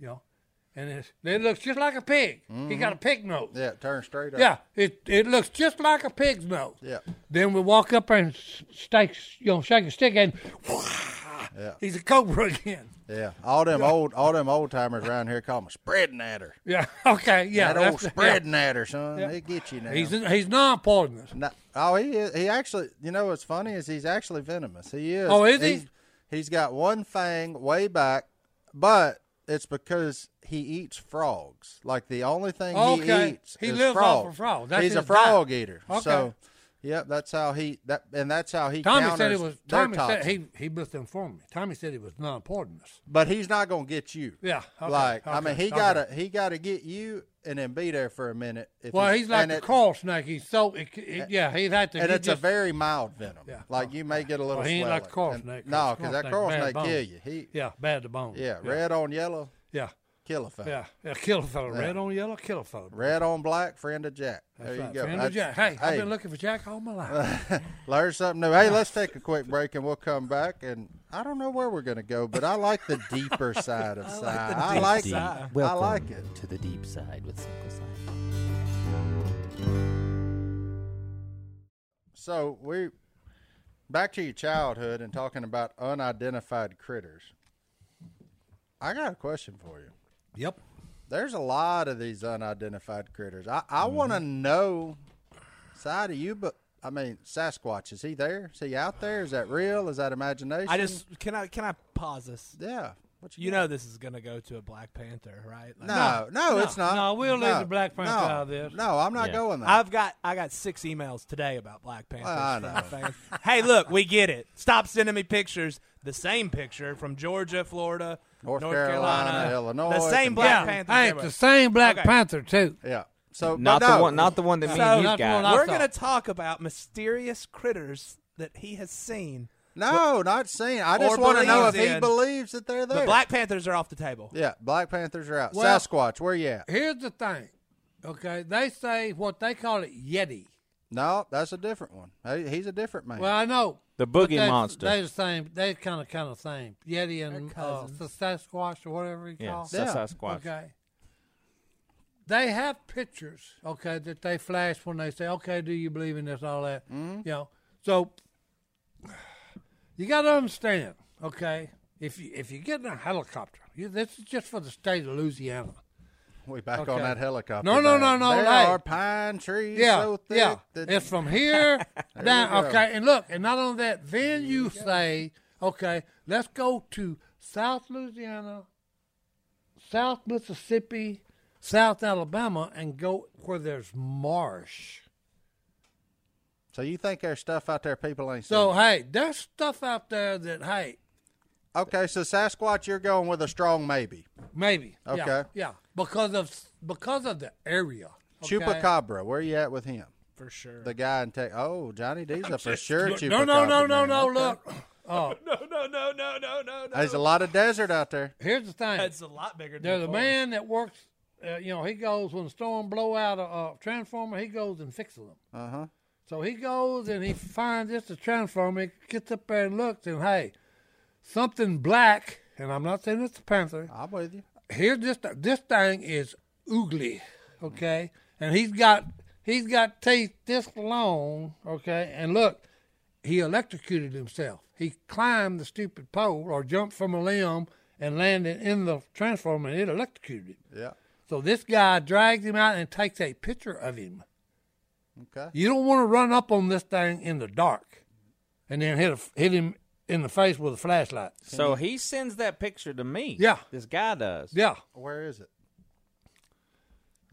[SPEAKER 2] you know, and it's, it looks just like a pig. He got a pig nose.
[SPEAKER 1] Yeah, turn straight up.
[SPEAKER 2] Yeah, it it looks just like a pig's nose.
[SPEAKER 1] Yeah.
[SPEAKER 2] Then we walk up there and s- stake, you know, shake a stick and
[SPEAKER 1] Yeah.
[SPEAKER 2] he's a cobra again.
[SPEAKER 1] Yeah. All them old all them old timers around here call him a spreading adder.
[SPEAKER 2] Yeah. Okay. Yeah.
[SPEAKER 1] that old
[SPEAKER 2] that's- yeah.
[SPEAKER 1] spreading adder, son.
[SPEAKER 2] Yeah.
[SPEAKER 1] They get you now.
[SPEAKER 2] He's he's non-poisonous.
[SPEAKER 1] No, oh, he is. He actually, you know what's funny is he's actually venomous. He is.
[SPEAKER 2] Oh, is he?
[SPEAKER 1] He's- he's got one fang way back, but it's because he eats frogs. Like the only thing
[SPEAKER 2] Okay.
[SPEAKER 1] he eats
[SPEAKER 2] He
[SPEAKER 1] is
[SPEAKER 2] lives
[SPEAKER 1] frogs.
[SPEAKER 2] off of frogs. That's
[SPEAKER 1] he's a
[SPEAKER 2] his diet.
[SPEAKER 1] frog eater.
[SPEAKER 2] Okay.
[SPEAKER 1] So, yep, that's how he that and that's how he
[SPEAKER 2] Tommy
[SPEAKER 1] counters
[SPEAKER 2] said it was.
[SPEAKER 1] their
[SPEAKER 2] Tommy said
[SPEAKER 1] toxin.
[SPEAKER 2] he he must inform me. Tommy said it was non-poisonous.
[SPEAKER 1] but he's not gonna get you.
[SPEAKER 2] Yeah. okay,
[SPEAKER 1] like I mean,
[SPEAKER 2] okay,
[SPEAKER 1] he
[SPEAKER 2] okay.
[SPEAKER 1] gotta he gotta get you and then be there for a minute. If
[SPEAKER 2] Well, he's like
[SPEAKER 1] and
[SPEAKER 2] the
[SPEAKER 1] it-
[SPEAKER 2] coral snake. He's so it, it- yeah. He'd have to.
[SPEAKER 1] and
[SPEAKER 2] he
[SPEAKER 1] it's a
[SPEAKER 2] just-
[SPEAKER 1] very mild venom.
[SPEAKER 2] Yeah.
[SPEAKER 1] Like you may get a little.
[SPEAKER 2] Well, he ain't like
[SPEAKER 1] swelling.
[SPEAKER 2] coral
[SPEAKER 1] And-
[SPEAKER 2] snake, 'cause
[SPEAKER 1] No,
[SPEAKER 2] coral
[SPEAKER 1] because that
[SPEAKER 2] snake
[SPEAKER 1] coral
[SPEAKER 2] bad
[SPEAKER 1] snake kill
[SPEAKER 2] bones.
[SPEAKER 1] you. He yeah,
[SPEAKER 2] yeah bad to bone.
[SPEAKER 1] red on yellow
[SPEAKER 2] Yeah.
[SPEAKER 1] kill a fella.
[SPEAKER 2] Yeah, yeah, kill a fellow. Red on yellow, kill a fellow.
[SPEAKER 1] Red on black friend of Jack. there you
[SPEAKER 2] Right,
[SPEAKER 1] go.
[SPEAKER 2] Fender
[SPEAKER 1] That's-
[SPEAKER 2] Jack. Hey, I've been looking for Jack all my life.
[SPEAKER 1] Learn something new. Hey, let's take a quick break and we'll come back. And I don't know where we're gonna go, but I like the deeper side of side. I like
[SPEAKER 5] Deep.
[SPEAKER 1] I
[SPEAKER 5] Welcome
[SPEAKER 1] like it.
[SPEAKER 5] to the deep side with Sickle Side.
[SPEAKER 1] So we back to your childhood and talking about unidentified critters. I got a question for you.
[SPEAKER 2] yep.
[SPEAKER 1] There's a lot of these unidentified critters. I, I want to know side of you, but I mean Sasquatch. Is he there? Is he out there? Is that real? Is that imagination?
[SPEAKER 4] I just can I can I pause this?
[SPEAKER 1] yeah. What
[SPEAKER 4] You know this is gonna go to a Black Panther, right? Like,
[SPEAKER 1] No, no, it's not.
[SPEAKER 2] no, we'll leave
[SPEAKER 1] No,
[SPEAKER 2] the Black Panther
[SPEAKER 1] no,
[SPEAKER 2] out of this.
[SPEAKER 1] No, I'm not
[SPEAKER 3] Yeah.
[SPEAKER 1] going there.
[SPEAKER 4] I've got I got six emails today about Black Panthers.
[SPEAKER 1] Well, I
[SPEAKER 4] from
[SPEAKER 1] know.
[SPEAKER 4] fans. hey, look, we get it. Stop sending me pictures. The same picture from Georgia, Florida,
[SPEAKER 1] North
[SPEAKER 4] North,
[SPEAKER 1] Carolina, Illinois,
[SPEAKER 4] The same Black
[SPEAKER 2] yeah.
[SPEAKER 4] Panther.
[SPEAKER 2] Hey, it's the same Black
[SPEAKER 4] Okay.
[SPEAKER 2] Panther too.
[SPEAKER 1] yeah. So but
[SPEAKER 3] Not
[SPEAKER 1] no.
[SPEAKER 3] the one. Not the one that me
[SPEAKER 4] So-
[SPEAKER 3] and you
[SPEAKER 2] Not the one
[SPEAKER 3] got.
[SPEAKER 2] I-
[SPEAKER 4] We're
[SPEAKER 2] saw.
[SPEAKER 4] gonna talk about mysterious critters that he has seen.
[SPEAKER 1] No, not seen. I just
[SPEAKER 4] Or
[SPEAKER 1] want to know if
[SPEAKER 4] believes
[SPEAKER 1] he
[SPEAKER 4] in.
[SPEAKER 1] believes that they're there.
[SPEAKER 4] The Black Panthers are off the table.
[SPEAKER 1] yeah, Black Panthers are out.
[SPEAKER 2] Well-
[SPEAKER 1] Sasquatch, where you at?
[SPEAKER 2] Here's the thing, okay? They say what they call it Yeti.
[SPEAKER 1] No, that's a different one. Hey, He's a different man.
[SPEAKER 2] Well, I know
[SPEAKER 3] The
[SPEAKER 2] but
[SPEAKER 3] boogie
[SPEAKER 2] they-
[SPEAKER 3] monster.
[SPEAKER 2] They the same. They kind of kind of same. Yeti and
[SPEAKER 4] They're
[SPEAKER 2] uh,
[SPEAKER 4] cousins.
[SPEAKER 2] the Sasquatch or whatever you
[SPEAKER 3] yeah,
[SPEAKER 2] call.
[SPEAKER 1] Yeah.
[SPEAKER 3] Sasquatch.
[SPEAKER 2] Okay. They have pictures, okay, that they flash when they say, "Okay, do you believe in this?" All that,
[SPEAKER 4] Mm-hmm.
[SPEAKER 2] you know. So you got to understand, okay, if you if you get in a helicopter, you, this is just for the state of Louisiana.
[SPEAKER 1] We back on
[SPEAKER 2] Okay.
[SPEAKER 1] that helicopter.
[SPEAKER 2] No, no,
[SPEAKER 1] now.
[SPEAKER 2] no, no,
[SPEAKER 1] There
[SPEAKER 2] hey.
[SPEAKER 1] are pine trees
[SPEAKER 2] Yeah,
[SPEAKER 1] so thick
[SPEAKER 2] yeah.
[SPEAKER 1] that
[SPEAKER 2] It's from here down.
[SPEAKER 1] go.
[SPEAKER 2] Okay, and look, and not only that, then you, say, okay, let's go to South Louisiana, South Mississippi, South Alabama, and go where there's marsh.
[SPEAKER 1] So you think there's stuff out there people ain't
[SPEAKER 2] So
[SPEAKER 1] seen?
[SPEAKER 2] hey, there's stuff out there that hey,
[SPEAKER 1] Okay, so Sasquatch, you're going with a strong maybe.
[SPEAKER 2] maybe. Yeah,
[SPEAKER 1] Okay.
[SPEAKER 2] yeah. Because of because of the area. okay?
[SPEAKER 1] Chupacabra, where you at with him?
[SPEAKER 4] For sure.
[SPEAKER 1] The guy in Texas. Oh, Johnny D's a for sure
[SPEAKER 2] Look,
[SPEAKER 1] chupacabra.
[SPEAKER 2] No, no, no, no,
[SPEAKER 1] man.
[SPEAKER 2] no.
[SPEAKER 1] Okay.
[SPEAKER 2] Look, oh,
[SPEAKER 4] no, no, no, no, no, no, no.
[SPEAKER 1] There's a lot of desert out there.
[SPEAKER 2] here's the thing.
[SPEAKER 4] That's a lot bigger. Than
[SPEAKER 2] There's
[SPEAKER 4] the
[SPEAKER 2] a man that works. Uh, you know, he goes when a storm blow out a, a transformer. He goes and fixes them.
[SPEAKER 1] Uh
[SPEAKER 4] Uh-huh.
[SPEAKER 1] huh.
[SPEAKER 2] So he goes and he finds this the transformer. He gets up there and looks, and hey, something black. And I'm not saying it's a panther.
[SPEAKER 1] I'm with you.
[SPEAKER 2] Here's this th- this thing is oogly, okay? And he's got he's got teeth this long, okay? And look, he electrocuted himself. He climbed the stupid pole or jumped from a limb and landed in the transformer, and it electrocuted him.
[SPEAKER 1] Yeah.
[SPEAKER 2] So this guy drags him out and takes a picture of him.
[SPEAKER 1] Okay.
[SPEAKER 2] You don't want to run up on this thing in the dark, and then hit a, hit him in the face with a flashlight.
[SPEAKER 3] So he sends that picture to me.
[SPEAKER 2] Yeah.
[SPEAKER 3] This guy does.
[SPEAKER 2] Yeah,
[SPEAKER 1] Where is it?
[SPEAKER 2] I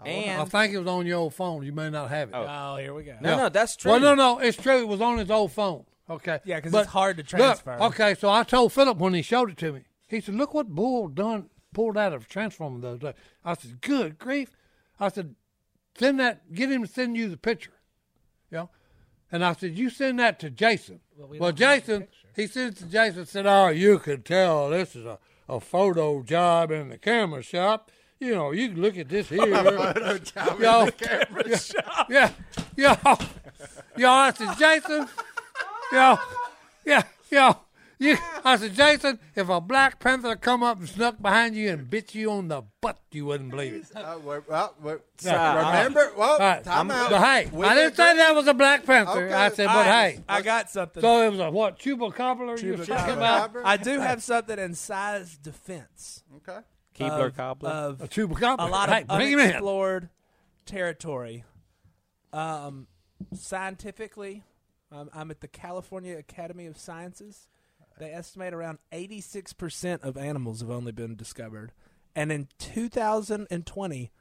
[SPEAKER 3] And
[SPEAKER 2] think it was on your old phone. You may not have it.
[SPEAKER 4] Oh, here we go.
[SPEAKER 3] no, no, that's true.
[SPEAKER 2] Well, no, no, it's true. It was on his old phone. Okay.
[SPEAKER 4] Yeah, 'cause
[SPEAKER 2] But
[SPEAKER 4] it's hard to
[SPEAKER 2] look,
[SPEAKER 4] transfer.
[SPEAKER 2] okay, so I told Philip when he showed it to me. He said, "Look what Bull done pulled out of Transformer those days." I said, "Good grief!" I said, "Send that. Get him to send you the picture." You know. And I said, "You send that to Jason." Well, Jason, he sends it to Jason. Said, "Oh, you could tell this is a, a photo job in the camera shop. You know, you can look at this here." Yo, yeah, Yeah, yeah, yo, I said, Jason, yo, yeah, yo, You, I said, Jason, if a Black Panther come up and snuck behind you and bit you on the butt, you wouldn't believe it.
[SPEAKER 1] Uh, we're, well, we're,
[SPEAKER 3] Yeah.
[SPEAKER 1] remember, well,
[SPEAKER 2] All right.
[SPEAKER 1] time out.
[SPEAKER 2] But hey,
[SPEAKER 1] We
[SPEAKER 2] I didn't say that was a Black Panther.
[SPEAKER 1] Okay.
[SPEAKER 2] I said,
[SPEAKER 4] I,
[SPEAKER 2] but hey.
[SPEAKER 4] I got something.
[SPEAKER 2] So it was a what? Chuba cobbler you were talking about?
[SPEAKER 1] Chupacabra?
[SPEAKER 4] I do have something in size defense
[SPEAKER 1] Okay.
[SPEAKER 2] Uh,
[SPEAKER 3] Keebler
[SPEAKER 4] of-
[SPEAKER 3] Cobbler.
[SPEAKER 4] of
[SPEAKER 2] A Chuba cobbler.
[SPEAKER 4] a lot
[SPEAKER 2] hey,
[SPEAKER 4] of
[SPEAKER 2] bring him in.
[SPEAKER 4] unexplored territory. Um, scientifically, um, I'm at the California Academy of Sciences. They estimate around 86% of animals have only been discovered. And in 2020,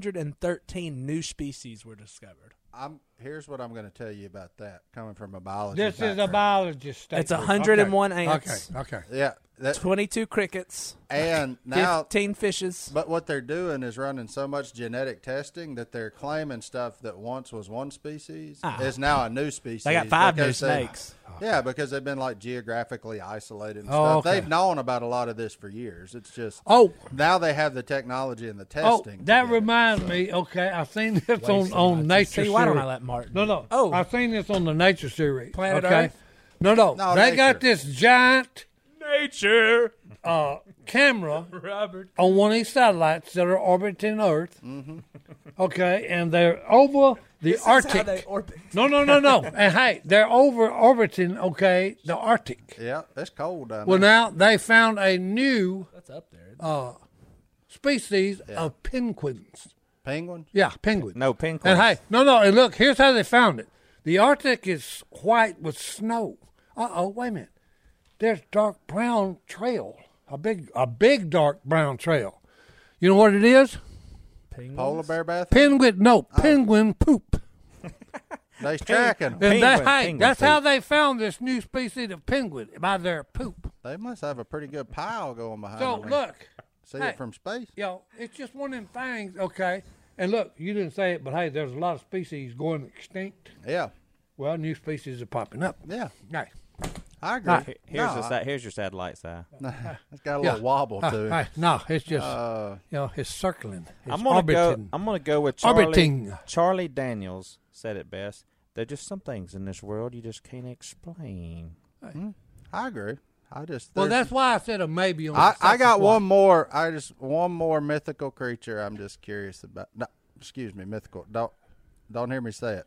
[SPEAKER 4] 213 new species were discovered.
[SPEAKER 1] I'm, here's what I'm going to tell you about that, coming from a biology
[SPEAKER 2] This is a
[SPEAKER 1] background.
[SPEAKER 2] biologist statement.
[SPEAKER 4] It's 101
[SPEAKER 2] okay.
[SPEAKER 4] ants,
[SPEAKER 2] Okay, okay.
[SPEAKER 1] Yeah. That,
[SPEAKER 4] 22 crickets,
[SPEAKER 1] and now
[SPEAKER 4] 15 fishes.
[SPEAKER 1] But what they're doing is running so much genetic testing that they're claiming stuff that once was one species
[SPEAKER 4] Ah.
[SPEAKER 1] is now a new species.
[SPEAKER 4] They got five new
[SPEAKER 1] because they-
[SPEAKER 4] snakes.
[SPEAKER 1] Yeah, because they've been like geographically isolated and
[SPEAKER 2] Oh,
[SPEAKER 1] stuff.
[SPEAKER 2] okay.
[SPEAKER 1] They've known about a lot of this for years. It's just
[SPEAKER 2] Oh,
[SPEAKER 1] now they have the technology and the
[SPEAKER 2] oh,
[SPEAKER 1] testing. to
[SPEAKER 2] that
[SPEAKER 1] get it.
[SPEAKER 2] reminds me. Okay, I seen this on, on Nature
[SPEAKER 4] See, why don't I
[SPEAKER 2] Series.
[SPEAKER 4] let Martin?
[SPEAKER 2] No, no.
[SPEAKER 4] Oh.
[SPEAKER 2] I seen this on the Nature Series.
[SPEAKER 4] Planet
[SPEAKER 2] okay?
[SPEAKER 4] Earth?
[SPEAKER 2] No, no.
[SPEAKER 1] No,
[SPEAKER 2] they
[SPEAKER 1] Nature.
[SPEAKER 2] got this giant
[SPEAKER 4] Nature.
[SPEAKER 2] uh, camera
[SPEAKER 4] Robert.
[SPEAKER 2] on one of these satellites that are orbiting Earth. Okay, and they're over the
[SPEAKER 4] This is how
[SPEAKER 2] Arctic.
[SPEAKER 4] they orbit.
[SPEAKER 2] No, no, no, no. and hey, they're over orbiting. Okay, the Arctic.
[SPEAKER 1] Yeah, it's cold down
[SPEAKER 2] Well,
[SPEAKER 1] there.
[SPEAKER 2] now they found a new uh,
[SPEAKER 4] That's up there.
[SPEAKER 2] species of penguins.
[SPEAKER 1] Penguin?
[SPEAKER 2] Yeah, penguins.
[SPEAKER 3] no, pin
[SPEAKER 2] And hey, no, no, and look, here's how they found it. The Arctic is white with snow. Uh oh, wait a minute. There's dark brown trail. A big a big dark brown trail. You know what it is?
[SPEAKER 1] Polar bear bath?
[SPEAKER 2] Penguin no,
[SPEAKER 3] Uh,
[SPEAKER 2] penguin poop.
[SPEAKER 1] They're tracking.
[SPEAKER 2] And
[SPEAKER 3] Penguin-
[SPEAKER 2] that, hey,
[SPEAKER 3] penguin
[SPEAKER 2] that's how
[SPEAKER 3] poop.
[SPEAKER 2] they found this new species of penguin by their poop.
[SPEAKER 1] They must have a pretty good pile going behind
[SPEAKER 2] So
[SPEAKER 1] them.
[SPEAKER 2] look,
[SPEAKER 1] See
[SPEAKER 2] hey.
[SPEAKER 1] it from space?
[SPEAKER 2] yo, it's just one of them things, okay. And look, you didn't say it, but hey, there's a lot of species going extinct.
[SPEAKER 1] Yeah.
[SPEAKER 2] Well, new species are popping up.
[SPEAKER 1] Yeah.
[SPEAKER 2] Hey.
[SPEAKER 1] I agree.
[SPEAKER 3] Here- Here's,
[SPEAKER 1] No,
[SPEAKER 3] the
[SPEAKER 1] I-
[SPEAKER 3] si- here's your satellite, side.
[SPEAKER 1] It's got a little wobble
[SPEAKER 2] Uh,
[SPEAKER 1] to it.
[SPEAKER 2] uh, no, it's just
[SPEAKER 1] Uh,
[SPEAKER 2] you know, it's circling. It's
[SPEAKER 3] I'm gonna
[SPEAKER 2] orbiting.
[SPEAKER 3] go. I'm gonna go with Charlie.
[SPEAKER 2] Orbiting.
[SPEAKER 3] Charlie Daniels said it best. There are just some things in this world you just can't explain.
[SPEAKER 1] I agree. I just
[SPEAKER 2] well,
[SPEAKER 1] there's-
[SPEAKER 2] that's why I said a maybe on.
[SPEAKER 1] I,
[SPEAKER 2] the
[SPEAKER 1] I got
[SPEAKER 2] second
[SPEAKER 1] one more. I just one more mythical creature. I'm just curious about. No, excuse me, mythical. Don't don't hear me say it.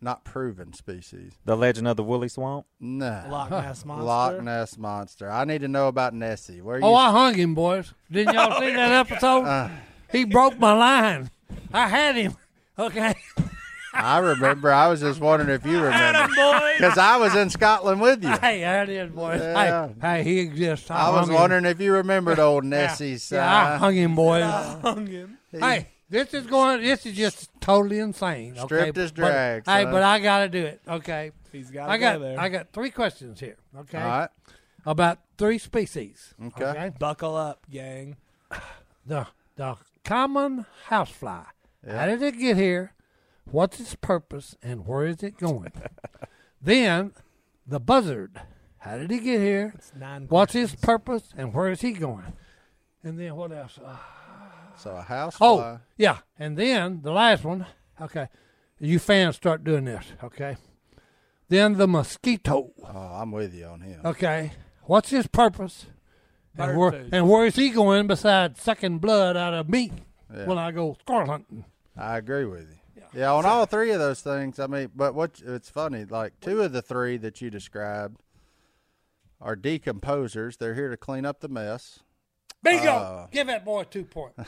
[SPEAKER 1] Not proven species.
[SPEAKER 3] The Legend of the Woolly Swamp.
[SPEAKER 1] No.
[SPEAKER 4] Loch Ness monster.
[SPEAKER 1] Loch Ness monster. I need to know about Nessie. Where you?
[SPEAKER 2] Oh, I hung him, boys. Didn't y'all see that episode?
[SPEAKER 1] Uh.
[SPEAKER 2] he broke my line. I had him. Okay.
[SPEAKER 1] I remember. I was just wondering if you remember because I was in Scotland with you.
[SPEAKER 2] hey, there it is, boys.
[SPEAKER 1] Yeah.
[SPEAKER 2] Hey, hey, he exists. I,
[SPEAKER 1] I was
[SPEAKER 2] hung him.
[SPEAKER 1] wondering if you remembered old
[SPEAKER 2] Yeah.
[SPEAKER 1] Nessie.
[SPEAKER 2] Yeah, I
[SPEAKER 1] Yeah,
[SPEAKER 2] hung him, boys.
[SPEAKER 4] Hung him.
[SPEAKER 2] hey, this is going. This is just totally insane. Okay?
[SPEAKER 1] Stripped his
[SPEAKER 2] But-
[SPEAKER 1] drag,
[SPEAKER 2] Hey,
[SPEAKER 1] son.
[SPEAKER 2] but I got to do it. Okay.
[SPEAKER 4] He's gotta
[SPEAKER 2] I got.
[SPEAKER 4] go there.
[SPEAKER 2] I got three questions here. Okay.
[SPEAKER 1] All right.
[SPEAKER 2] About three species.
[SPEAKER 1] Okay.
[SPEAKER 4] Buckle up, gang.
[SPEAKER 2] the the common housefly. How
[SPEAKER 1] Yeah.
[SPEAKER 2] did it get here? What's its purpose and where is it going? then the buzzard. How did he get here?
[SPEAKER 4] Nine.
[SPEAKER 2] What's his purpose and where is he going? And then what else? Uh,
[SPEAKER 1] So a house.
[SPEAKER 2] oh,
[SPEAKER 1] fly.
[SPEAKER 2] yeah. And then the last one. Okay. You fans start doing this, okay? Then the mosquito.
[SPEAKER 1] Oh, I'm with you on him.
[SPEAKER 2] Okay. What's his purpose?
[SPEAKER 4] Bird
[SPEAKER 2] And where,
[SPEAKER 4] food.
[SPEAKER 2] and where is he going besides sucking blood out of me when I go squirrel hunting?
[SPEAKER 1] I agree with you. Yeah, on all three of those things. I mean, but what it's funny, like two of the three that you described are decomposers. They're here to clean up the mess.
[SPEAKER 2] Bingo! Give that boy two points.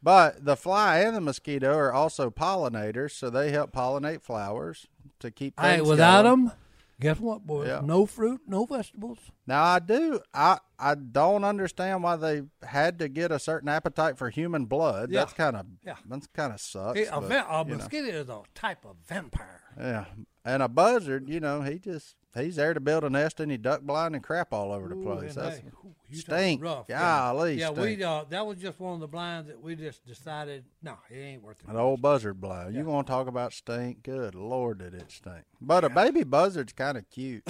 [SPEAKER 1] But the fly and the mosquito are also pollinators, so they help pollinate flowers to keep things
[SPEAKER 2] hey, without
[SPEAKER 1] going.
[SPEAKER 2] them, guess what, boys?
[SPEAKER 1] Yeah.
[SPEAKER 2] No fruit, no vegetables.
[SPEAKER 1] Now I do I I don't understand why they had to get a certain appetite for human blood.
[SPEAKER 2] Yeah.
[SPEAKER 1] That's kind of
[SPEAKER 2] Yeah.
[SPEAKER 1] that's kind of sucks.
[SPEAKER 2] a
[SPEAKER 1] but,
[SPEAKER 2] va-
[SPEAKER 1] you
[SPEAKER 2] a
[SPEAKER 1] know.
[SPEAKER 2] mosquito is a type of vampire.
[SPEAKER 1] Yeah, and a buzzard, you know, he just he's there to build a nest and he duck blind and crap all over the place.
[SPEAKER 2] And,
[SPEAKER 1] That's
[SPEAKER 2] hey, whew, you talking
[SPEAKER 1] stink.
[SPEAKER 2] rough, yeah.
[SPEAKER 1] Golly,
[SPEAKER 2] Yeah,
[SPEAKER 1] stink.
[SPEAKER 2] we uh, that was just one of the blinds that we just decided. No, it ain't worth it.
[SPEAKER 1] an old buzzard blind. You want to talk about stink? Good lord, did it stink! But a baby buzzard's kind of cute,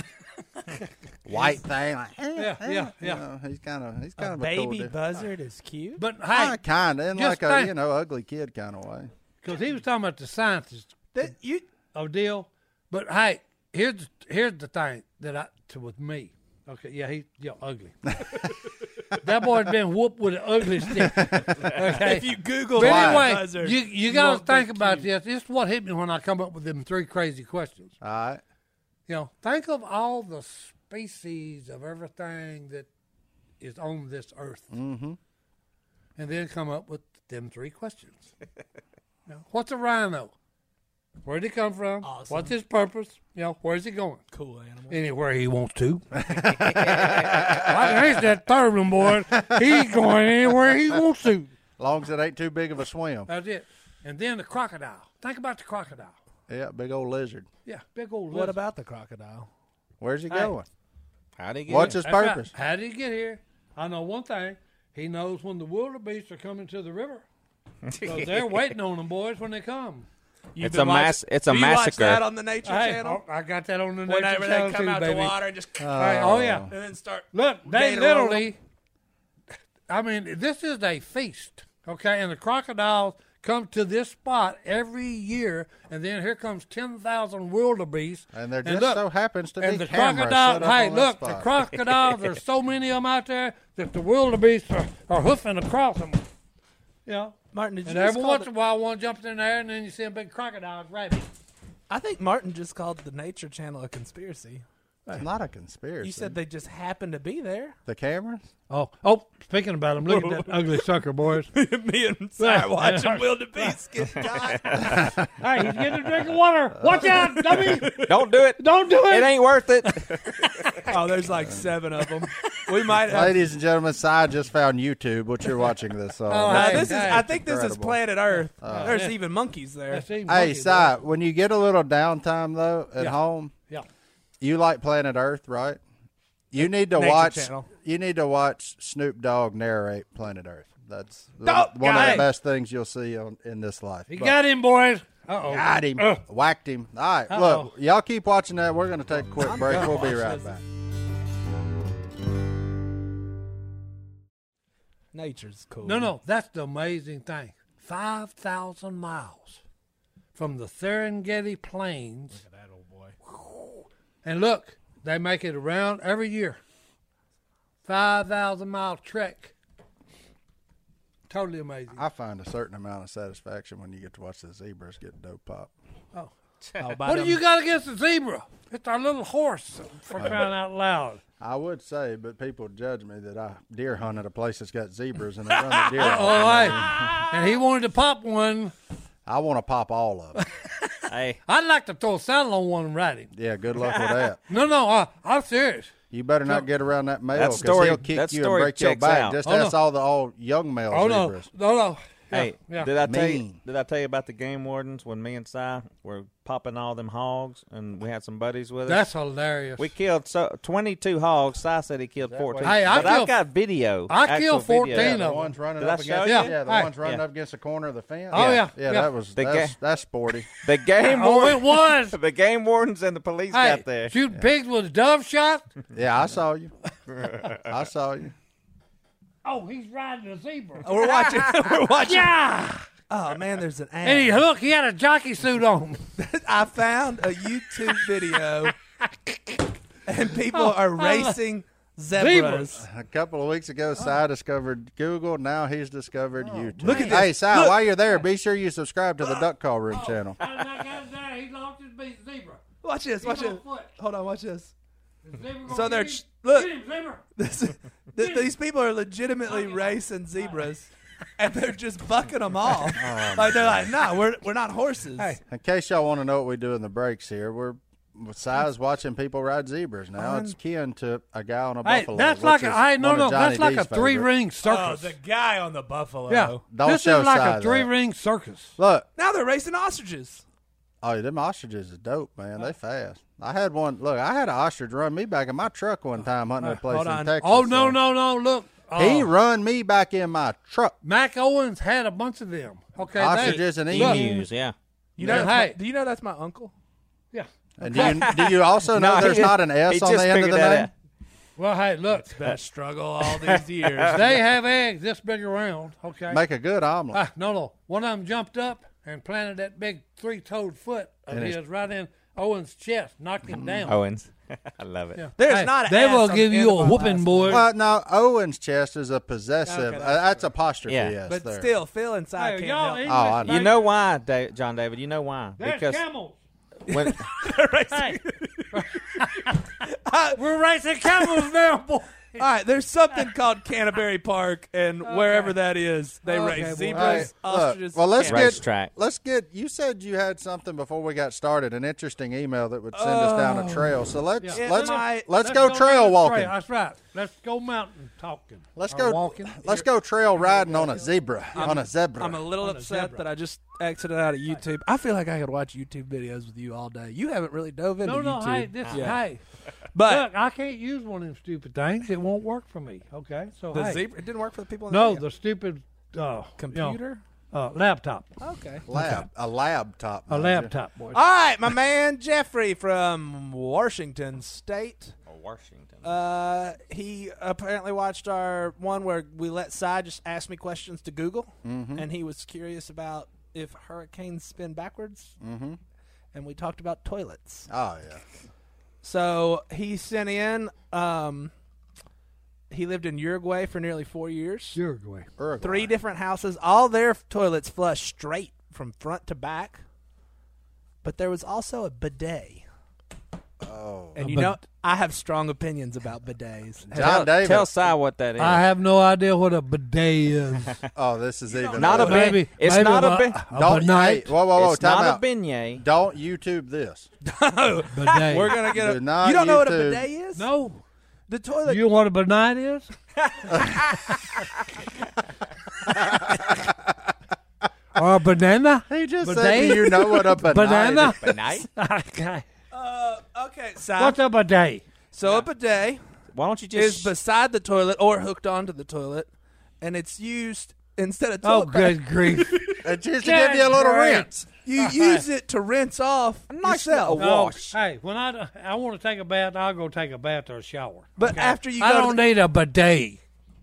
[SPEAKER 1] white thing. Like, eh,
[SPEAKER 2] Yeah,
[SPEAKER 1] eh,
[SPEAKER 2] yeah,
[SPEAKER 1] you
[SPEAKER 2] yeah.
[SPEAKER 1] know, he's kind of he's kind
[SPEAKER 4] A
[SPEAKER 1] of a cool
[SPEAKER 4] baby
[SPEAKER 1] dude.
[SPEAKER 4] buzzard is cute.
[SPEAKER 2] But
[SPEAKER 1] Ah,
[SPEAKER 2] hey,
[SPEAKER 1] kind of in like
[SPEAKER 2] just
[SPEAKER 1] a
[SPEAKER 2] think-
[SPEAKER 1] you know ugly kid kind of way.
[SPEAKER 2] because he was talking about the scientist
[SPEAKER 4] That you
[SPEAKER 2] of deal. But hey, here's here's the thing that I to with me. Okay, yeah, he yeah ugly. that boy's been whooped with an ugly stick. Okay.
[SPEAKER 4] If you Google
[SPEAKER 2] but anyway,
[SPEAKER 4] Buzzer,
[SPEAKER 2] you you gotta
[SPEAKER 4] won't be
[SPEAKER 2] think about
[SPEAKER 4] cute.
[SPEAKER 2] this. This is what hit me when I come up with them three crazy questions.
[SPEAKER 1] All right.
[SPEAKER 2] You know, think of all the species of everything that is on this earth, mm-hmm. and then come up with them three questions. You know, what's a rhino? Where would he come from?
[SPEAKER 4] Awesome.
[SPEAKER 2] What's his purpose? You know, where's he going?
[SPEAKER 4] cool animal.
[SPEAKER 2] anywhere he wants to. I can answer that third one, boy. He's going anywhere he wants to.
[SPEAKER 1] Long as it ain't too big of a swim.
[SPEAKER 2] That's it. And then the crocodile. Think about the crocodile.
[SPEAKER 1] Yeah, big old lizard.
[SPEAKER 2] Yeah, big old
[SPEAKER 4] What
[SPEAKER 2] lizard.
[SPEAKER 4] about the crocodile?
[SPEAKER 1] Where's he
[SPEAKER 2] Hey.
[SPEAKER 1] going?
[SPEAKER 3] How'd he get
[SPEAKER 1] What's
[SPEAKER 3] it?
[SPEAKER 1] his
[SPEAKER 2] That's right.
[SPEAKER 1] purpose?
[SPEAKER 2] How did he get here? I know one thing. He knows when the wildebeest are coming to the river. So they're waiting on them, boys, when they come.
[SPEAKER 4] You've
[SPEAKER 3] It's a
[SPEAKER 4] been watch-
[SPEAKER 3] mass- it's a
[SPEAKER 4] do you watch
[SPEAKER 3] massacre.
[SPEAKER 4] that on the Nature
[SPEAKER 2] Hey,
[SPEAKER 4] Channel.
[SPEAKER 2] I I got that on the Nature
[SPEAKER 4] Whenever they
[SPEAKER 2] Channel
[SPEAKER 4] come
[SPEAKER 2] too,
[SPEAKER 4] out
[SPEAKER 2] baby.
[SPEAKER 4] the water, just
[SPEAKER 3] Uh,
[SPEAKER 2] Hey, oh, yeah.
[SPEAKER 4] and then start.
[SPEAKER 2] Look, they
[SPEAKER 4] Gatorade.
[SPEAKER 2] literally. I mean, this is a feast, okay? And the crocodiles come to this spot every year, and then here comes ten thousand wildebeest,
[SPEAKER 1] Uh, And there just
[SPEAKER 2] look,
[SPEAKER 1] so happens to be
[SPEAKER 2] and the
[SPEAKER 1] cameras
[SPEAKER 2] crocodile.
[SPEAKER 1] set up
[SPEAKER 2] Hey,
[SPEAKER 1] on that
[SPEAKER 2] look, the
[SPEAKER 1] spot.
[SPEAKER 2] crocodiles. There's so many of them out there that the wildebeest are, are hoofing across them. You know,
[SPEAKER 4] Martin, did you
[SPEAKER 2] and
[SPEAKER 4] just
[SPEAKER 2] every
[SPEAKER 4] call
[SPEAKER 2] once
[SPEAKER 4] the-
[SPEAKER 2] in a while, one jumps in there, and then you see a big crocodile grabbing.
[SPEAKER 4] I think Martin just called the Nature Channel a conspiracy.
[SPEAKER 1] It's not a conspiracy.
[SPEAKER 4] You said they just happened to be there.
[SPEAKER 1] the cameras?
[SPEAKER 2] Oh, oh! Speaking about them, look at that ugly sucker, boys.
[SPEAKER 4] Me and Sire watching wildebeest get shot.
[SPEAKER 2] Hey, he's getting a drink of water. Watch out, dummy!
[SPEAKER 3] Don't do it.
[SPEAKER 2] Don't do
[SPEAKER 3] It
[SPEAKER 2] it.
[SPEAKER 3] ain't worth it.
[SPEAKER 4] oh, there's like seven of them. We might have.
[SPEAKER 1] Ladies and gentlemen, Si just found YouTube, what you're watching this on.
[SPEAKER 2] Oh,
[SPEAKER 4] Uh,
[SPEAKER 2] Hey,
[SPEAKER 4] this is.
[SPEAKER 2] hey.
[SPEAKER 4] I think this is
[SPEAKER 1] Incredible.
[SPEAKER 4] planet Earth. there's
[SPEAKER 2] yeah.
[SPEAKER 4] even monkeys there.
[SPEAKER 1] Hey, Si, when you get a little downtime though at
[SPEAKER 2] Yeah.
[SPEAKER 1] home,
[SPEAKER 2] Yeah.
[SPEAKER 1] you like Planet Earth, right? You need to
[SPEAKER 4] Nature
[SPEAKER 1] watch.
[SPEAKER 4] Channel.
[SPEAKER 1] You need to watch Snoop Dogg narrate Planet Earth. That's the-
[SPEAKER 4] Dog
[SPEAKER 1] one of
[SPEAKER 4] guy.
[SPEAKER 1] the best things you'll see on, in this life.
[SPEAKER 2] He
[SPEAKER 1] But-
[SPEAKER 2] got him, boys. Uh oh.
[SPEAKER 1] Got him.
[SPEAKER 2] Ugh.
[SPEAKER 1] Whacked him. All right, look, y'all keep watching that. We're gonna take a quick break. We'll be right back.
[SPEAKER 4] Nature's cool.
[SPEAKER 2] No, no, that's the amazing thing. 5,000 miles from the Serengeti Plains. Look at that old boy. And look, they make it around every year. 5,000 mile trek. Totally amazing.
[SPEAKER 1] I find a certain amount of satisfaction when you get to watch the zebras get dope pop.
[SPEAKER 2] Oh.
[SPEAKER 4] Oh, by
[SPEAKER 2] What do
[SPEAKER 4] them-
[SPEAKER 2] you got against the zebra? It's our little horse, for crying out loud.
[SPEAKER 1] I would say, but people judge me that I deer hunt at a place that's got zebras and they run the deer.
[SPEAKER 2] All
[SPEAKER 1] off.
[SPEAKER 2] right. Oh, and he wanted to pop one.
[SPEAKER 1] I want to pop all of them.
[SPEAKER 3] hey,
[SPEAKER 2] I'd like to throw a saddle on one and ride him.
[SPEAKER 1] Yeah, good luck with that.
[SPEAKER 2] No, no, I, I'm serious.
[SPEAKER 1] You better not get around that male
[SPEAKER 3] That
[SPEAKER 1] because
[SPEAKER 3] story-
[SPEAKER 1] he'll kick
[SPEAKER 3] that
[SPEAKER 1] you and
[SPEAKER 3] story
[SPEAKER 1] break your
[SPEAKER 3] checks
[SPEAKER 1] back.
[SPEAKER 3] out.
[SPEAKER 1] Just
[SPEAKER 2] Oh, no.
[SPEAKER 1] ask all the old young male
[SPEAKER 2] Oh no,
[SPEAKER 1] zebras.
[SPEAKER 2] no, no. Yeah,
[SPEAKER 3] hey,
[SPEAKER 2] yeah.
[SPEAKER 3] did I tell you?
[SPEAKER 1] Mean.
[SPEAKER 3] Did I tell you about the game wardens when me and Si were popping all them hogs and we had some buddies with us?
[SPEAKER 2] that's hilarious.
[SPEAKER 3] we killed so, 22 hogs. Si said he killed 14.
[SPEAKER 2] Hey, I
[SPEAKER 3] but I've
[SPEAKER 2] killed-
[SPEAKER 3] got video.
[SPEAKER 2] I
[SPEAKER 3] actual
[SPEAKER 2] killed 14
[SPEAKER 3] video.
[SPEAKER 2] of
[SPEAKER 1] The
[SPEAKER 2] No.
[SPEAKER 1] ones running
[SPEAKER 3] Did I
[SPEAKER 1] up
[SPEAKER 3] show
[SPEAKER 1] against
[SPEAKER 3] you?
[SPEAKER 1] yeah,
[SPEAKER 2] Yeah.
[SPEAKER 1] the
[SPEAKER 2] Hey.
[SPEAKER 1] ones running
[SPEAKER 3] Yeah.
[SPEAKER 1] up against the corner of the fence.
[SPEAKER 2] Oh, yeah.
[SPEAKER 1] yeah,
[SPEAKER 2] Yeah.
[SPEAKER 1] that was
[SPEAKER 3] The
[SPEAKER 1] that's,
[SPEAKER 3] ga-
[SPEAKER 1] that's sporty.
[SPEAKER 3] The game
[SPEAKER 2] oh,
[SPEAKER 3] warden,
[SPEAKER 2] it was.
[SPEAKER 3] the game wardens and the police
[SPEAKER 2] hey,
[SPEAKER 3] got there.
[SPEAKER 2] shooting pigs with a dove shot.
[SPEAKER 1] Yeah, I saw you. I saw you.
[SPEAKER 2] Oh, he's riding a zebra.
[SPEAKER 4] We're watching. We're watching.
[SPEAKER 2] yeah,
[SPEAKER 4] Oh man, there's an
[SPEAKER 2] and he
[SPEAKER 4] ad.
[SPEAKER 2] look, he had a jockey suit on.
[SPEAKER 4] I found a YouTube video, and people are racing zebras.
[SPEAKER 2] Oh, Zebras.
[SPEAKER 1] A couple of weeks ago,
[SPEAKER 2] Oh.
[SPEAKER 1] Si discovered Google. Now he's discovered YouTube.
[SPEAKER 4] Look at
[SPEAKER 1] Hey,
[SPEAKER 4] this.
[SPEAKER 1] Si, while you're there, be sure you subscribe to the Duck Call
[SPEAKER 2] Oh.
[SPEAKER 1] Room channel.
[SPEAKER 2] And I got there, he lost his big zebra.
[SPEAKER 4] Watch this. Watch
[SPEAKER 2] on
[SPEAKER 4] this.
[SPEAKER 2] foot.
[SPEAKER 4] Hold on. Watch this.
[SPEAKER 2] The zebra gonna
[SPEAKER 4] So
[SPEAKER 2] get
[SPEAKER 4] they're
[SPEAKER 2] him.
[SPEAKER 4] ch- look.
[SPEAKER 2] Get him, zebra.
[SPEAKER 4] This, th- these people are legitimately racing zebras, and they're just bucking them off. Like they're like, nah, we're we're not horses.
[SPEAKER 1] In case y'all want to know what we do in the breaks here, we're Si's watching people ride zebras now. It's kin to a guy on a
[SPEAKER 2] Hey,
[SPEAKER 1] buffalo.
[SPEAKER 2] that's
[SPEAKER 1] which
[SPEAKER 2] like a
[SPEAKER 1] is
[SPEAKER 2] hey, no,
[SPEAKER 1] one of
[SPEAKER 2] no, that's
[SPEAKER 1] Johnny
[SPEAKER 2] like
[SPEAKER 1] D's
[SPEAKER 2] a three
[SPEAKER 1] favorite.
[SPEAKER 2] ring circus.
[SPEAKER 4] guy on Oh, the buffalo.
[SPEAKER 2] yeah,
[SPEAKER 1] Don't
[SPEAKER 2] this
[SPEAKER 1] show
[SPEAKER 2] is like
[SPEAKER 1] Si
[SPEAKER 2] a
[SPEAKER 1] that.
[SPEAKER 2] three ring circus.
[SPEAKER 1] Look,
[SPEAKER 4] Now they're racing ostriches.
[SPEAKER 1] oh, them ostriches is dope, man. They fast. I had one. Look, I had an ostrich run me back in my truck one time hunting a place
[SPEAKER 4] hold
[SPEAKER 1] in
[SPEAKER 4] on.
[SPEAKER 1] Texas.
[SPEAKER 2] Oh no,
[SPEAKER 1] so-
[SPEAKER 2] no, no! Look, uh,
[SPEAKER 1] He run me back in my truck.
[SPEAKER 2] Mac Owens had a bunch of them. Okay,
[SPEAKER 1] Ostriches
[SPEAKER 2] they,
[SPEAKER 1] and
[SPEAKER 2] look,
[SPEAKER 3] Emus, yeah.
[SPEAKER 4] You
[SPEAKER 2] Yeah.
[SPEAKER 4] know, that's
[SPEAKER 2] Hey.
[SPEAKER 4] my, do you know that's my uncle?
[SPEAKER 2] Yeah.
[SPEAKER 1] And do you, do you also know
[SPEAKER 3] he
[SPEAKER 1] there's
[SPEAKER 3] just-
[SPEAKER 1] not an
[SPEAKER 3] he
[SPEAKER 1] S on
[SPEAKER 3] just
[SPEAKER 1] the end of
[SPEAKER 3] figured
[SPEAKER 1] the
[SPEAKER 3] that
[SPEAKER 1] name?
[SPEAKER 3] out.
[SPEAKER 2] Well, hey, look,
[SPEAKER 4] Been a struggle all these years.
[SPEAKER 2] they have eggs this big around. Okay.
[SPEAKER 1] Make a good omelet.
[SPEAKER 2] Ah, no, no. One of them jumped up and planted that big three-toed foot of
[SPEAKER 1] And it's-
[SPEAKER 2] his right in Owen's chest, knocked him down.
[SPEAKER 3] Owens. I love it.
[SPEAKER 2] Yeah.
[SPEAKER 4] There's not an
[SPEAKER 2] They
[SPEAKER 4] ass
[SPEAKER 2] will
[SPEAKER 4] on
[SPEAKER 2] give
[SPEAKER 4] the
[SPEAKER 2] you
[SPEAKER 4] end
[SPEAKER 2] a
[SPEAKER 4] of my
[SPEAKER 2] whooping,
[SPEAKER 4] last
[SPEAKER 2] boy.
[SPEAKER 1] Well, no, Owen's chest is a possessive.
[SPEAKER 4] Okay, that's
[SPEAKER 1] uh, that's apostrophe.
[SPEAKER 3] Yeah.
[SPEAKER 1] Yes,
[SPEAKER 4] But
[SPEAKER 1] there.
[SPEAKER 4] still, Phil inside
[SPEAKER 2] Hey,
[SPEAKER 4] can't
[SPEAKER 2] y'all
[SPEAKER 4] help.
[SPEAKER 2] English
[SPEAKER 1] Oh, I know.
[SPEAKER 3] You know why, da- John David? You know why?
[SPEAKER 2] There's
[SPEAKER 3] because
[SPEAKER 2] camels.
[SPEAKER 3] when
[SPEAKER 2] Hey. We're racing camels now, boy.
[SPEAKER 4] All right, there's something called Canterbury Park, and wherever that is, they
[SPEAKER 2] Okay,
[SPEAKER 4] raise
[SPEAKER 2] boy.
[SPEAKER 1] All right,
[SPEAKER 4] zebras, ostriches.
[SPEAKER 1] look, well, let's
[SPEAKER 4] camels.
[SPEAKER 1] get
[SPEAKER 3] Racetrack.
[SPEAKER 1] let's get. You said you had something before we got started, an interesting email that would send us down a trail. So let's
[SPEAKER 4] Yeah.
[SPEAKER 1] let's
[SPEAKER 4] It might-
[SPEAKER 1] let's, go, trail
[SPEAKER 2] down the trail.
[SPEAKER 1] walking.
[SPEAKER 2] That's right. Let's go mountain talking.
[SPEAKER 1] Let's
[SPEAKER 2] Or
[SPEAKER 1] go
[SPEAKER 2] walking.
[SPEAKER 1] Let's go trail riding on a zebra. on a zebra.
[SPEAKER 4] I'm a little
[SPEAKER 2] On a
[SPEAKER 4] upset
[SPEAKER 2] zebra.
[SPEAKER 4] that I just exited out of YouTube. I feel like I could watch YouTube videos with you all day. You haven't really dove into
[SPEAKER 2] No, no,
[SPEAKER 4] YouTube.
[SPEAKER 2] hey, this is
[SPEAKER 4] Yeah.
[SPEAKER 2] hey.
[SPEAKER 4] but
[SPEAKER 2] Look, I can't use one of them stupid things. It won't work for me. Okay, so
[SPEAKER 4] the
[SPEAKER 2] hey.
[SPEAKER 4] zebra it didn't work for the people. In
[SPEAKER 2] No,
[SPEAKER 4] the, video.
[SPEAKER 2] the stupid uh, you
[SPEAKER 4] computer.
[SPEAKER 2] know, uh, laptop,
[SPEAKER 4] Okay.
[SPEAKER 1] lab. A lab top.
[SPEAKER 2] a laptop, boy.
[SPEAKER 4] All right, my man Jeffrey from Washington State.
[SPEAKER 3] Oh, Washington.
[SPEAKER 4] Uh, he apparently watched our one where we let Cy just ask me questions to Google, and he was curious about if hurricanes spin backwards, mm-hmm. and we talked about toilets.
[SPEAKER 1] Oh yeah.
[SPEAKER 4] So he sent in. Um, he lived in Uruguay for nearly four years.
[SPEAKER 2] Uruguay.
[SPEAKER 1] Uruguay.
[SPEAKER 4] Three different houses, all their toilets flush straight from front to back, but there was also a bidet.
[SPEAKER 1] Oh.
[SPEAKER 4] And
[SPEAKER 2] A
[SPEAKER 4] you
[SPEAKER 2] bid-
[SPEAKER 4] know, I have strong opinions about bidets.
[SPEAKER 1] John
[SPEAKER 3] tell,
[SPEAKER 1] David.
[SPEAKER 3] tell Si what that is.
[SPEAKER 2] I have no idea what a bidet is.
[SPEAKER 1] oh, this is even.
[SPEAKER 3] Not a
[SPEAKER 1] worse.
[SPEAKER 3] bit.
[SPEAKER 2] maybe
[SPEAKER 3] It's
[SPEAKER 2] maybe
[SPEAKER 3] not a
[SPEAKER 2] a,
[SPEAKER 3] bit-
[SPEAKER 1] Don't. Hey,
[SPEAKER 2] night
[SPEAKER 1] whoa, whoa, whoa!
[SPEAKER 3] it's
[SPEAKER 1] Oh, time
[SPEAKER 3] not
[SPEAKER 1] out.
[SPEAKER 3] a beignet.
[SPEAKER 1] Don't YouTube this.
[SPEAKER 2] bidet.
[SPEAKER 4] We're gonna get a.
[SPEAKER 1] Do not
[SPEAKER 4] you don't know what a
[SPEAKER 1] YouTube.
[SPEAKER 4] bidet is?
[SPEAKER 2] no,
[SPEAKER 4] The toilet.
[SPEAKER 2] you know what a bidet is? or a banana?
[SPEAKER 1] He just said,
[SPEAKER 2] Bidet?
[SPEAKER 1] "Do you know what a banana?"
[SPEAKER 2] Banana?
[SPEAKER 1] is?"
[SPEAKER 3] Beignet?
[SPEAKER 2] okay.
[SPEAKER 4] uh, okay, Si.
[SPEAKER 2] What's a bidet?
[SPEAKER 4] so a bidet
[SPEAKER 3] Why don't you
[SPEAKER 4] is
[SPEAKER 3] just
[SPEAKER 4] beside the toilet or hooked onto the toilet, and it's used instead of toilet.
[SPEAKER 2] Oh,
[SPEAKER 4] paper,
[SPEAKER 2] good grief.
[SPEAKER 1] It's just to
[SPEAKER 2] Good
[SPEAKER 1] give you a little
[SPEAKER 2] grief.
[SPEAKER 1] rinse.
[SPEAKER 4] You use it to rinse off
[SPEAKER 3] Nice
[SPEAKER 4] yourself.
[SPEAKER 3] little-
[SPEAKER 2] No,
[SPEAKER 3] wash.
[SPEAKER 2] Oh, hey, when I, I want to take a bath, I'll go take a bath or a shower.
[SPEAKER 4] But after you
[SPEAKER 2] I
[SPEAKER 4] go to
[SPEAKER 2] don't
[SPEAKER 4] the-
[SPEAKER 2] need a bidet.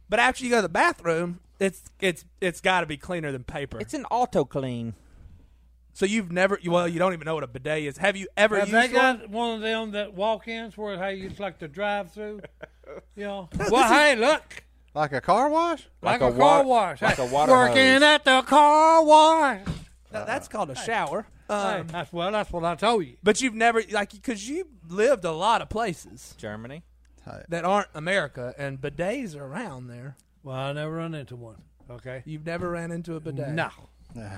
[SPEAKER 4] But after you go to the bathroom, it's it's it's got to be cleaner than paper.
[SPEAKER 3] It's an auto clean.
[SPEAKER 4] so you've never you- well, you don't even know what a bidet is. Have you ever
[SPEAKER 2] Have
[SPEAKER 4] used
[SPEAKER 2] they
[SPEAKER 4] one?
[SPEAKER 2] got one of them that walk-ins where hey, it's like the drive-through? You know, well, hey, look,
[SPEAKER 1] Like a car wash?
[SPEAKER 2] like,
[SPEAKER 3] a
[SPEAKER 2] a, car
[SPEAKER 3] wa-
[SPEAKER 2] wash,
[SPEAKER 3] like
[SPEAKER 2] Hey,
[SPEAKER 3] a water
[SPEAKER 2] working
[SPEAKER 3] hose.
[SPEAKER 2] at the car wash.
[SPEAKER 4] Th- That's called a shower.
[SPEAKER 2] Hey,
[SPEAKER 4] Um,
[SPEAKER 2] that's well, that's what I told you.
[SPEAKER 4] But you've never like because you lived a lot of places
[SPEAKER 3] Germany.
[SPEAKER 4] that aren't America, and bidets are around there.
[SPEAKER 2] Well, I never run into one. Okay,
[SPEAKER 4] You've never ran into a bidet.
[SPEAKER 2] no.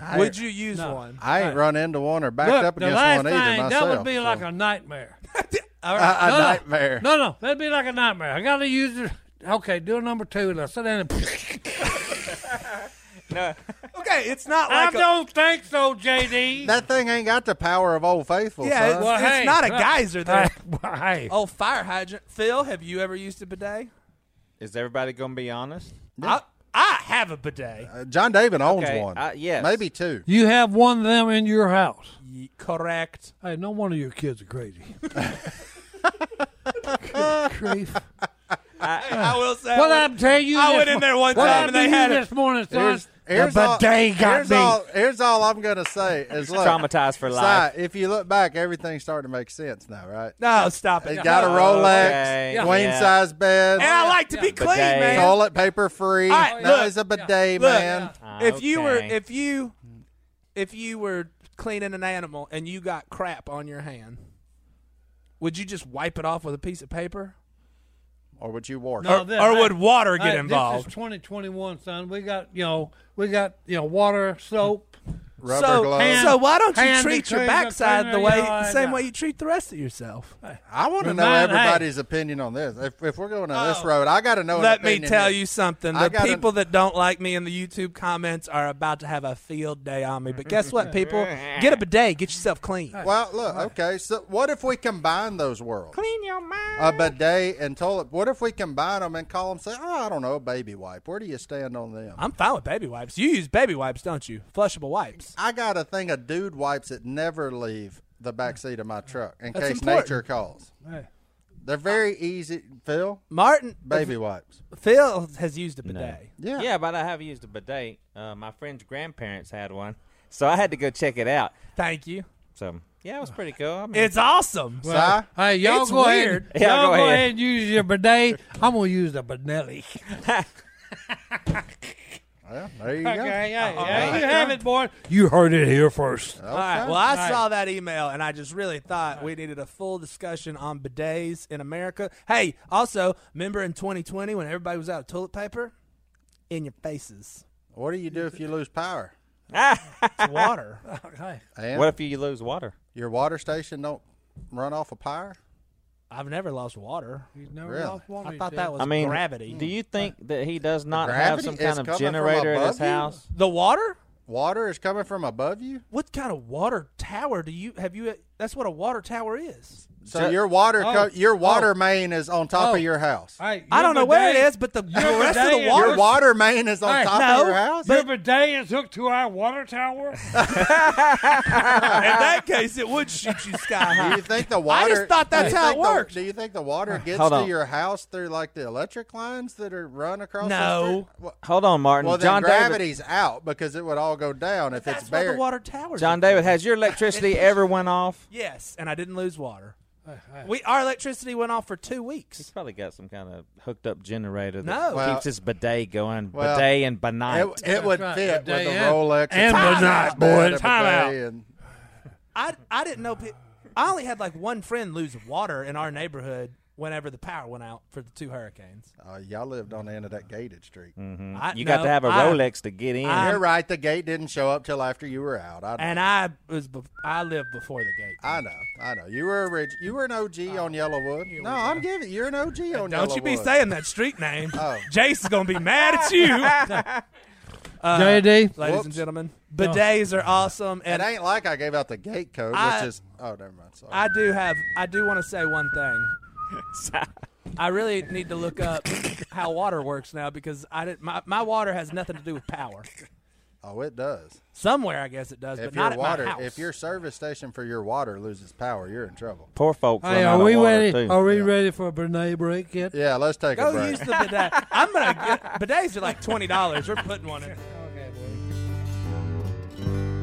[SPEAKER 1] I,
[SPEAKER 4] Would you use
[SPEAKER 2] No.
[SPEAKER 4] one?
[SPEAKER 1] I ain't run into one or backed
[SPEAKER 2] Look,
[SPEAKER 1] up
[SPEAKER 2] the
[SPEAKER 1] against
[SPEAKER 2] last
[SPEAKER 1] one
[SPEAKER 2] thing
[SPEAKER 1] either myself.
[SPEAKER 2] that would be
[SPEAKER 1] so-
[SPEAKER 2] like a nightmare.
[SPEAKER 4] All
[SPEAKER 1] a,
[SPEAKER 4] right.
[SPEAKER 1] a
[SPEAKER 2] No, no.
[SPEAKER 1] nightmare.
[SPEAKER 2] No, no, that'd be like a nightmare. I gotta use it. Okay, do number two. Now sit down. And
[SPEAKER 4] Okay, it's not
[SPEAKER 2] I
[SPEAKER 4] like a,
[SPEAKER 2] don't think so, JD.
[SPEAKER 1] That thing ain't got the power of Old Faithful.
[SPEAKER 4] yeah,
[SPEAKER 1] son.
[SPEAKER 4] it's,
[SPEAKER 2] Well,
[SPEAKER 4] it's
[SPEAKER 2] hey,
[SPEAKER 4] not a
[SPEAKER 2] look.
[SPEAKER 4] geyser
[SPEAKER 2] hey,
[SPEAKER 4] there.
[SPEAKER 2] well, hey.
[SPEAKER 4] Oh, fire hydrant. Phil, have you ever used a bidet?
[SPEAKER 3] Is everybody gonna be honest?
[SPEAKER 4] I, I have a bidet.
[SPEAKER 1] Uh, John David owns
[SPEAKER 3] Okay,
[SPEAKER 1] one.
[SPEAKER 3] uh, yes.
[SPEAKER 1] Maybe two.
[SPEAKER 2] you have one of them in your house.
[SPEAKER 4] Ye- correct.
[SPEAKER 2] Hey, no one of your kids are crazy. Grief.
[SPEAKER 4] I will say.
[SPEAKER 2] What
[SPEAKER 4] I
[SPEAKER 2] I'm telling you,
[SPEAKER 4] I
[SPEAKER 2] this
[SPEAKER 4] went in
[SPEAKER 2] mo-
[SPEAKER 4] there one
[SPEAKER 2] what
[SPEAKER 4] time and
[SPEAKER 2] I
[SPEAKER 4] they
[SPEAKER 2] do
[SPEAKER 4] had it.
[SPEAKER 2] this morning, son.
[SPEAKER 1] Here's- here's
[SPEAKER 2] the
[SPEAKER 1] all-
[SPEAKER 2] bidet got
[SPEAKER 1] here's
[SPEAKER 2] me.
[SPEAKER 1] All, here's all I'm gonna say is look,
[SPEAKER 3] Traumatized for
[SPEAKER 1] Si,
[SPEAKER 3] life.
[SPEAKER 1] if you look back, everything's starting to make sense now, right?
[SPEAKER 4] No, stop
[SPEAKER 1] They
[SPEAKER 4] it.
[SPEAKER 1] got a Oh, Rolex,
[SPEAKER 3] Okay, yeah.
[SPEAKER 1] queen size bed,
[SPEAKER 4] and I like to be
[SPEAKER 3] Bidet.
[SPEAKER 4] clean, man.
[SPEAKER 1] toilet paper free.
[SPEAKER 4] All right,
[SPEAKER 1] no,
[SPEAKER 4] look.
[SPEAKER 1] it's a bidet,
[SPEAKER 4] Look.
[SPEAKER 1] man.
[SPEAKER 4] if you were
[SPEAKER 3] Ah, Okay.
[SPEAKER 4] if you if you were cleaning an animal and you got crap on your hand would you just wipe it off with a piece of paper
[SPEAKER 1] Or would you wash?
[SPEAKER 2] No,
[SPEAKER 1] Or-
[SPEAKER 2] this-
[SPEAKER 4] or
[SPEAKER 2] hey,
[SPEAKER 4] would water get
[SPEAKER 2] hey, This
[SPEAKER 4] involved
[SPEAKER 2] is 2021, son. We got you know, we got you know, water, soap.
[SPEAKER 1] rubber
[SPEAKER 4] so,
[SPEAKER 1] gloves.
[SPEAKER 2] hand-
[SPEAKER 4] so why don't you
[SPEAKER 2] hand
[SPEAKER 4] treat your
[SPEAKER 2] between the
[SPEAKER 4] backside the
[SPEAKER 2] cleaner,
[SPEAKER 4] way
[SPEAKER 2] you know,
[SPEAKER 4] the same
[SPEAKER 2] and, uh,
[SPEAKER 4] way you treat the rest of yourself
[SPEAKER 1] I want to know
[SPEAKER 2] Remind- hey.
[SPEAKER 1] everybody's opinion on this. If, if we're going on this
[SPEAKER 4] Oh.
[SPEAKER 1] road, I got to know. an
[SPEAKER 4] let me
[SPEAKER 1] opinion
[SPEAKER 4] tell
[SPEAKER 1] here.
[SPEAKER 4] you something
[SPEAKER 1] I
[SPEAKER 4] the
[SPEAKER 1] got an-
[SPEAKER 4] people that don't like me in the youtube comments are about to have a field day on me but guess what people get a bidet get yourself clean
[SPEAKER 1] Well, look, okay. So, what if we combine those worlds?
[SPEAKER 3] clean your mind.
[SPEAKER 1] A bidet and toilet. What if we combine them and call them? Say, oh, I don't know, a baby wipe. Where do you stand on them?
[SPEAKER 4] i'm fine with baby wipes you use baby wipes don't you flushable wipes
[SPEAKER 1] I got a thing of dude wipes that never leave the back seat of my truck in
[SPEAKER 4] That's
[SPEAKER 1] case
[SPEAKER 4] important.
[SPEAKER 1] nature calls.
[SPEAKER 2] Hey,
[SPEAKER 1] They're very easy. Phil,
[SPEAKER 4] martin
[SPEAKER 1] baby wipes.
[SPEAKER 4] Phil has used a bidet.
[SPEAKER 1] Yeah.
[SPEAKER 3] Uh, Yeah, but I have used a bidet. Uh, my friend's grandparents had one, so I had to go check it out.
[SPEAKER 4] Thank you.
[SPEAKER 3] So Yeah, it was pretty cool. I mean,
[SPEAKER 4] It's awesome.
[SPEAKER 1] Well,
[SPEAKER 2] Hey, y'all
[SPEAKER 4] It's
[SPEAKER 2] go
[SPEAKER 4] weird.
[SPEAKER 2] ahead.
[SPEAKER 3] Yeah,
[SPEAKER 2] y'all
[SPEAKER 3] go
[SPEAKER 2] go
[SPEAKER 3] ahead.
[SPEAKER 2] ahead. and use your bidet. I'm gonna use the Benelli.
[SPEAKER 1] well, there you
[SPEAKER 2] Okay,
[SPEAKER 1] go.
[SPEAKER 2] yeah, yeah.
[SPEAKER 4] right.
[SPEAKER 2] You have it, boy. You heard it here first.
[SPEAKER 4] All right.
[SPEAKER 1] Okay.
[SPEAKER 4] Well, I
[SPEAKER 2] Right.
[SPEAKER 4] saw that email and I just really thought we needed a full discussion on bidets in America. Hey, also, remember in 2020 when everybody was out of toilet paper? In your faces.
[SPEAKER 1] what do you do if you lose power?
[SPEAKER 4] It's water.
[SPEAKER 2] Okay.
[SPEAKER 1] And
[SPEAKER 3] what if you lose water?
[SPEAKER 1] your water station don't run off of power?
[SPEAKER 4] I've never lost water.
[SPEAKER 2] He's never
[SPEAKER 1] Really?
[SPEAKER 2] lost one of
[SPEAKER 4] I
[SPEAKER 2] these
[SPEAKER 4] thought that
[SPEAKER 2] days.
[SPEAKER 4] was
[SPEAKER 3] I mean,
[SPEAKER 4] gravity.
[SPEAKER 3] Do you think that he does not have
[SPEAKER 1] gravity
[SPEAKER 3] some
[SPEAKER 1] is
[SPEAKER 3] kind
[SPEAKER 1] coming
[SPEAKER 3] of
[SPEAKER 1] from
[SPEAKER 3] generator in his
[SPEAKER 1] above you?
[SPEAKER 3] house?
[SPEAKER 4] the water?
[SPEAKER 1] Water is coming from above you,
[SPEAKER 4] What kind of water tower do you have you that's what a water tower is.
[SPEAKER 1] so your water co-
[SPEAKER 2] oh,
[SPEAKER 1] your water
[SPEAKER 2] oh.
[SPEAKER 1] main is on top
[SPEAKER 2] Oh.
[SPEAKER 1] of your house.
[SPEAKER 2] Hey,
[SPEAKER 4] I
[SPEAKER 2] your
[SPEAKER 4] don't know where it
[SPEAKER 2] bidet-
[SPEAKER 4] is, but the, the
[SPEAKER 2] your
[SPEAKER 4] rest of
[SPEAKER 2] bidet
[SPEAKER 4] the
[SPEAKER 2] is-
[SPEAKER 4] water
[SPEAKER 1] Your water main is on
[SPEAKER 2] Hey,
[SPEAKER 1] top
[SPEAKER 4] no,
[SPEAKER 1] of your house.
[SPEAKER 2] Your bidet is hooked to our water tower.
[SPEAKER 4] in that case it would shoot you sky
[SPEAKER 1] Do
[SPEAKER 4] high.
[SPEAKER 1] you think the water?
[SPEAKER 4] just thought that's
[SPEAKER 1] do you
[SPEAKER 4] how it
[SPEAKER 1] think the-
[SPEAKER 4] worked.
[SPEAKER 1] do you think the water gets
[SPEAKER 3] Hold
[SPEAKER 1] to
[SPEAKER 3] on.
[SPEAKER 1] your house through like the electric lines that are run across?
[SPEAKER 4] No.
[SPEAKER 1] The street? well,
[SPEAKER 3] Hold on, Martin.
[SPEAKER 1] well, then
[SPEAKER 3] John David.
[SPEAKER 1] gravity's out because it would all go down if
[SPEAKER 4] That's
[SPEAKER 1] it's
[SPEAKER 4] what the
[SPEAKER 1] buried.
[SPEAKER 4] water tower
[SPEAKER 3] John David, has your electricity ever went off?
[SPEAKER 4] Yes, and I didn't lose water. We our electricity went off for two
[SPEAKER 3] He's
[SPEAKER 4] weeks.
[SPEAKER 3] probably got some kind of hooked up generator that
[SPEAKER 4] No.
[SPEAKER 1] Well-
[SPEAKER 3] keeps his bidet going,
[SPEAKER 1] Well,
[SPEAKER 3] bidet and benign.
[SPEAKER 1] It, it would
[SPEAKER 2] right.
[SPEAKER 1] fit with
[SPEAKER 2] Day
[SPEAKER 1] a
[SPEAKER 2] in
[SPEAKER 1] Rolex
[SPEAKER 2] and
[SPEAKER 1] a
[SPEAKER 2] by
[SPEAKER 1] Timeout
[SPEAKER 2] night, boy.
[SPEAKER 1] bed, a
[SPEAKER 2] Timeout.
[SPEAKER 1] bidet, and-
[SPEAKER 4] I I didn't know. Pe- I only had like one friend lose water in our neighborhood whenever the power went out for the two hurricanes.
[SPEAKER 1] uh, y'all lived on the end of that gated street.
[SPEAKER 4] I,
[SPEAKER 3] Mm. you got
[SPEAKER 4] no,
[SPEAKER 3] to have a
[SPEAKER 4] I-
[SPEAKER 3] Rolex to get in.
[SPEAKER 4] I-
[SPEAKER 1] You're right. The gate didn't show up till after you were out. I know.
[SPEAKER 4] and I was bef- I lived before the gate.
[SPEAKER 1] I know. I know. You were a reg- You were an OG on Yellowwood. No, I'm giving. You're an OG on Yellowwood.
[SPEAKER 4] Don't you be saying that street name.
[SPEAKER 1] Oh.
[SPEAKER 4] Jason's gonna be mad at you, Uh,
[SPEAKER 2] JD,
[SPEAKER 4] ladies and
[SPEAKER 1] Whoops.
[SPEAKER 4] gentlemen. Bidets are awesome,
[SPEAKER 1] It
[SPEAKER 4] and
[SPEAKER 1] ain't like I gave out the gate code,
[SPEAKER 4] I-
[SPEAKER 1] which is. Oh, never mind. Sorry.
[SPEAKER 4] I do have I do want to say one thing. I really need to look up how water works now because I didn't, my my water has nothing to do with power.
[SPEAKER 1] oh, it does.
[SPEAKER 4] Somewhere I guess it does,
[SPEAKER 1] If
[SPEAKER 4] but not
[SPEAKER 1] your
[SPEAKER 4] at
[SPEAKER 1] water,
[SPEAKER 4] my house.
[SPEAKER 1] if your service station for your water loses power, you're in trouble.
[SPEAKER 3] Poor folks.
[SPEAKER 2] hey,
[SPEAKER 3] run
[SPEAKER 2] are
[SPEAKER 3] out of
[SPEAKER 2] we
[SPEAKER 3] water,
[SPEAKER 2] ready?
[SPEAKER 3] too.
[SPEAKER 2] Are we
[SPEAKER 1] Yeah.
[SPEAKER 2] ready for a bidet break yet?
[SPEAKER 1] Yeah, let's take
[SPEAKER 4] go
[SPEAKER 1] a break.
[SPEAKER 4] use the bidet. I'm gonna get bidets are like twenty dollars. We're putting one in.
[SPEAKER 2] Okay, boy.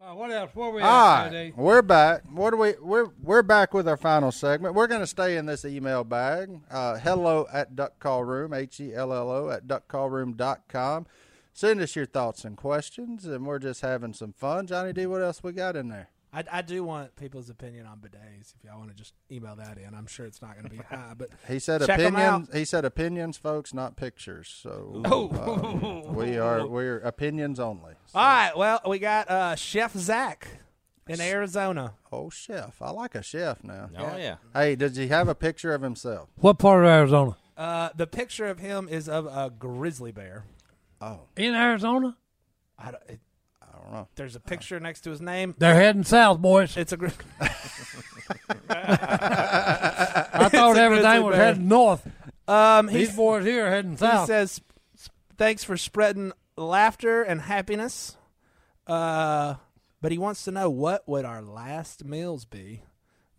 [SPEAKER 2] Uh, what else? Where we at,
[SPEAKER 1] All right,
[SPEAKER 2] JD?
[SPEAKER 1] we're back. What do we? We're we're back with our final segment. We're going to stay in this email bag. Uh, hello at duck call room. H e l l o at duckcallroom.com. Send us your thoughts and questions, and we're just having some fun. Johnny D, what else we got in there?
[SPEAKER 4] I, I do want people's opinion on bidets. If y'all want to just email that in, I'm sure it's not gonna be high, but
[SPEAKER 1] He said
[SPEAKER 4] Check 'em
[SPEAKER 1] opinions. He said opinions, folks, not pictures. So um, we are we're opinions only.
[SPEAKER 4] all right. Well, we got uh, Chef Zach in Arizona.
[SPEAKER 1] Oh, chef! I like a chef now.
[SPEAKER 3] Oh yeah.
[SPEAKER 1] Hey, does he have a picture of himself?
[SPEAKER 2] What part of Arizona?
[SPEAKER 4] Uh, the picture of him is of a grizzly bear.
[SPEAKER 1] Oh,
[SPEAKER 2] In Arizona?
[SPEAKER 4] I don't- it-
[SPEAKER 1] I don't know.
[SPEAKER 4] there's a picture next to his name.
[SPEAKER 2] They're heading south, boys.
[SPEAKER 4] It's a gri-
[SPEAKER 2] I thought
[SPEAKER 4] a grizzly
[SPEAKER 2] everything was
[SPEAKER 4] bear.
[SPEAKER 2] heading north.
[SPEAKER 4] um. He
[SPEAKER 2] These boys here are heading
[SPEAKER 4] he
[SPEAKER 2] south.
[SPEAKER 4] says, "Thanks for spreading laughter and happiness." Uh, but he wants to know what would our last meals be,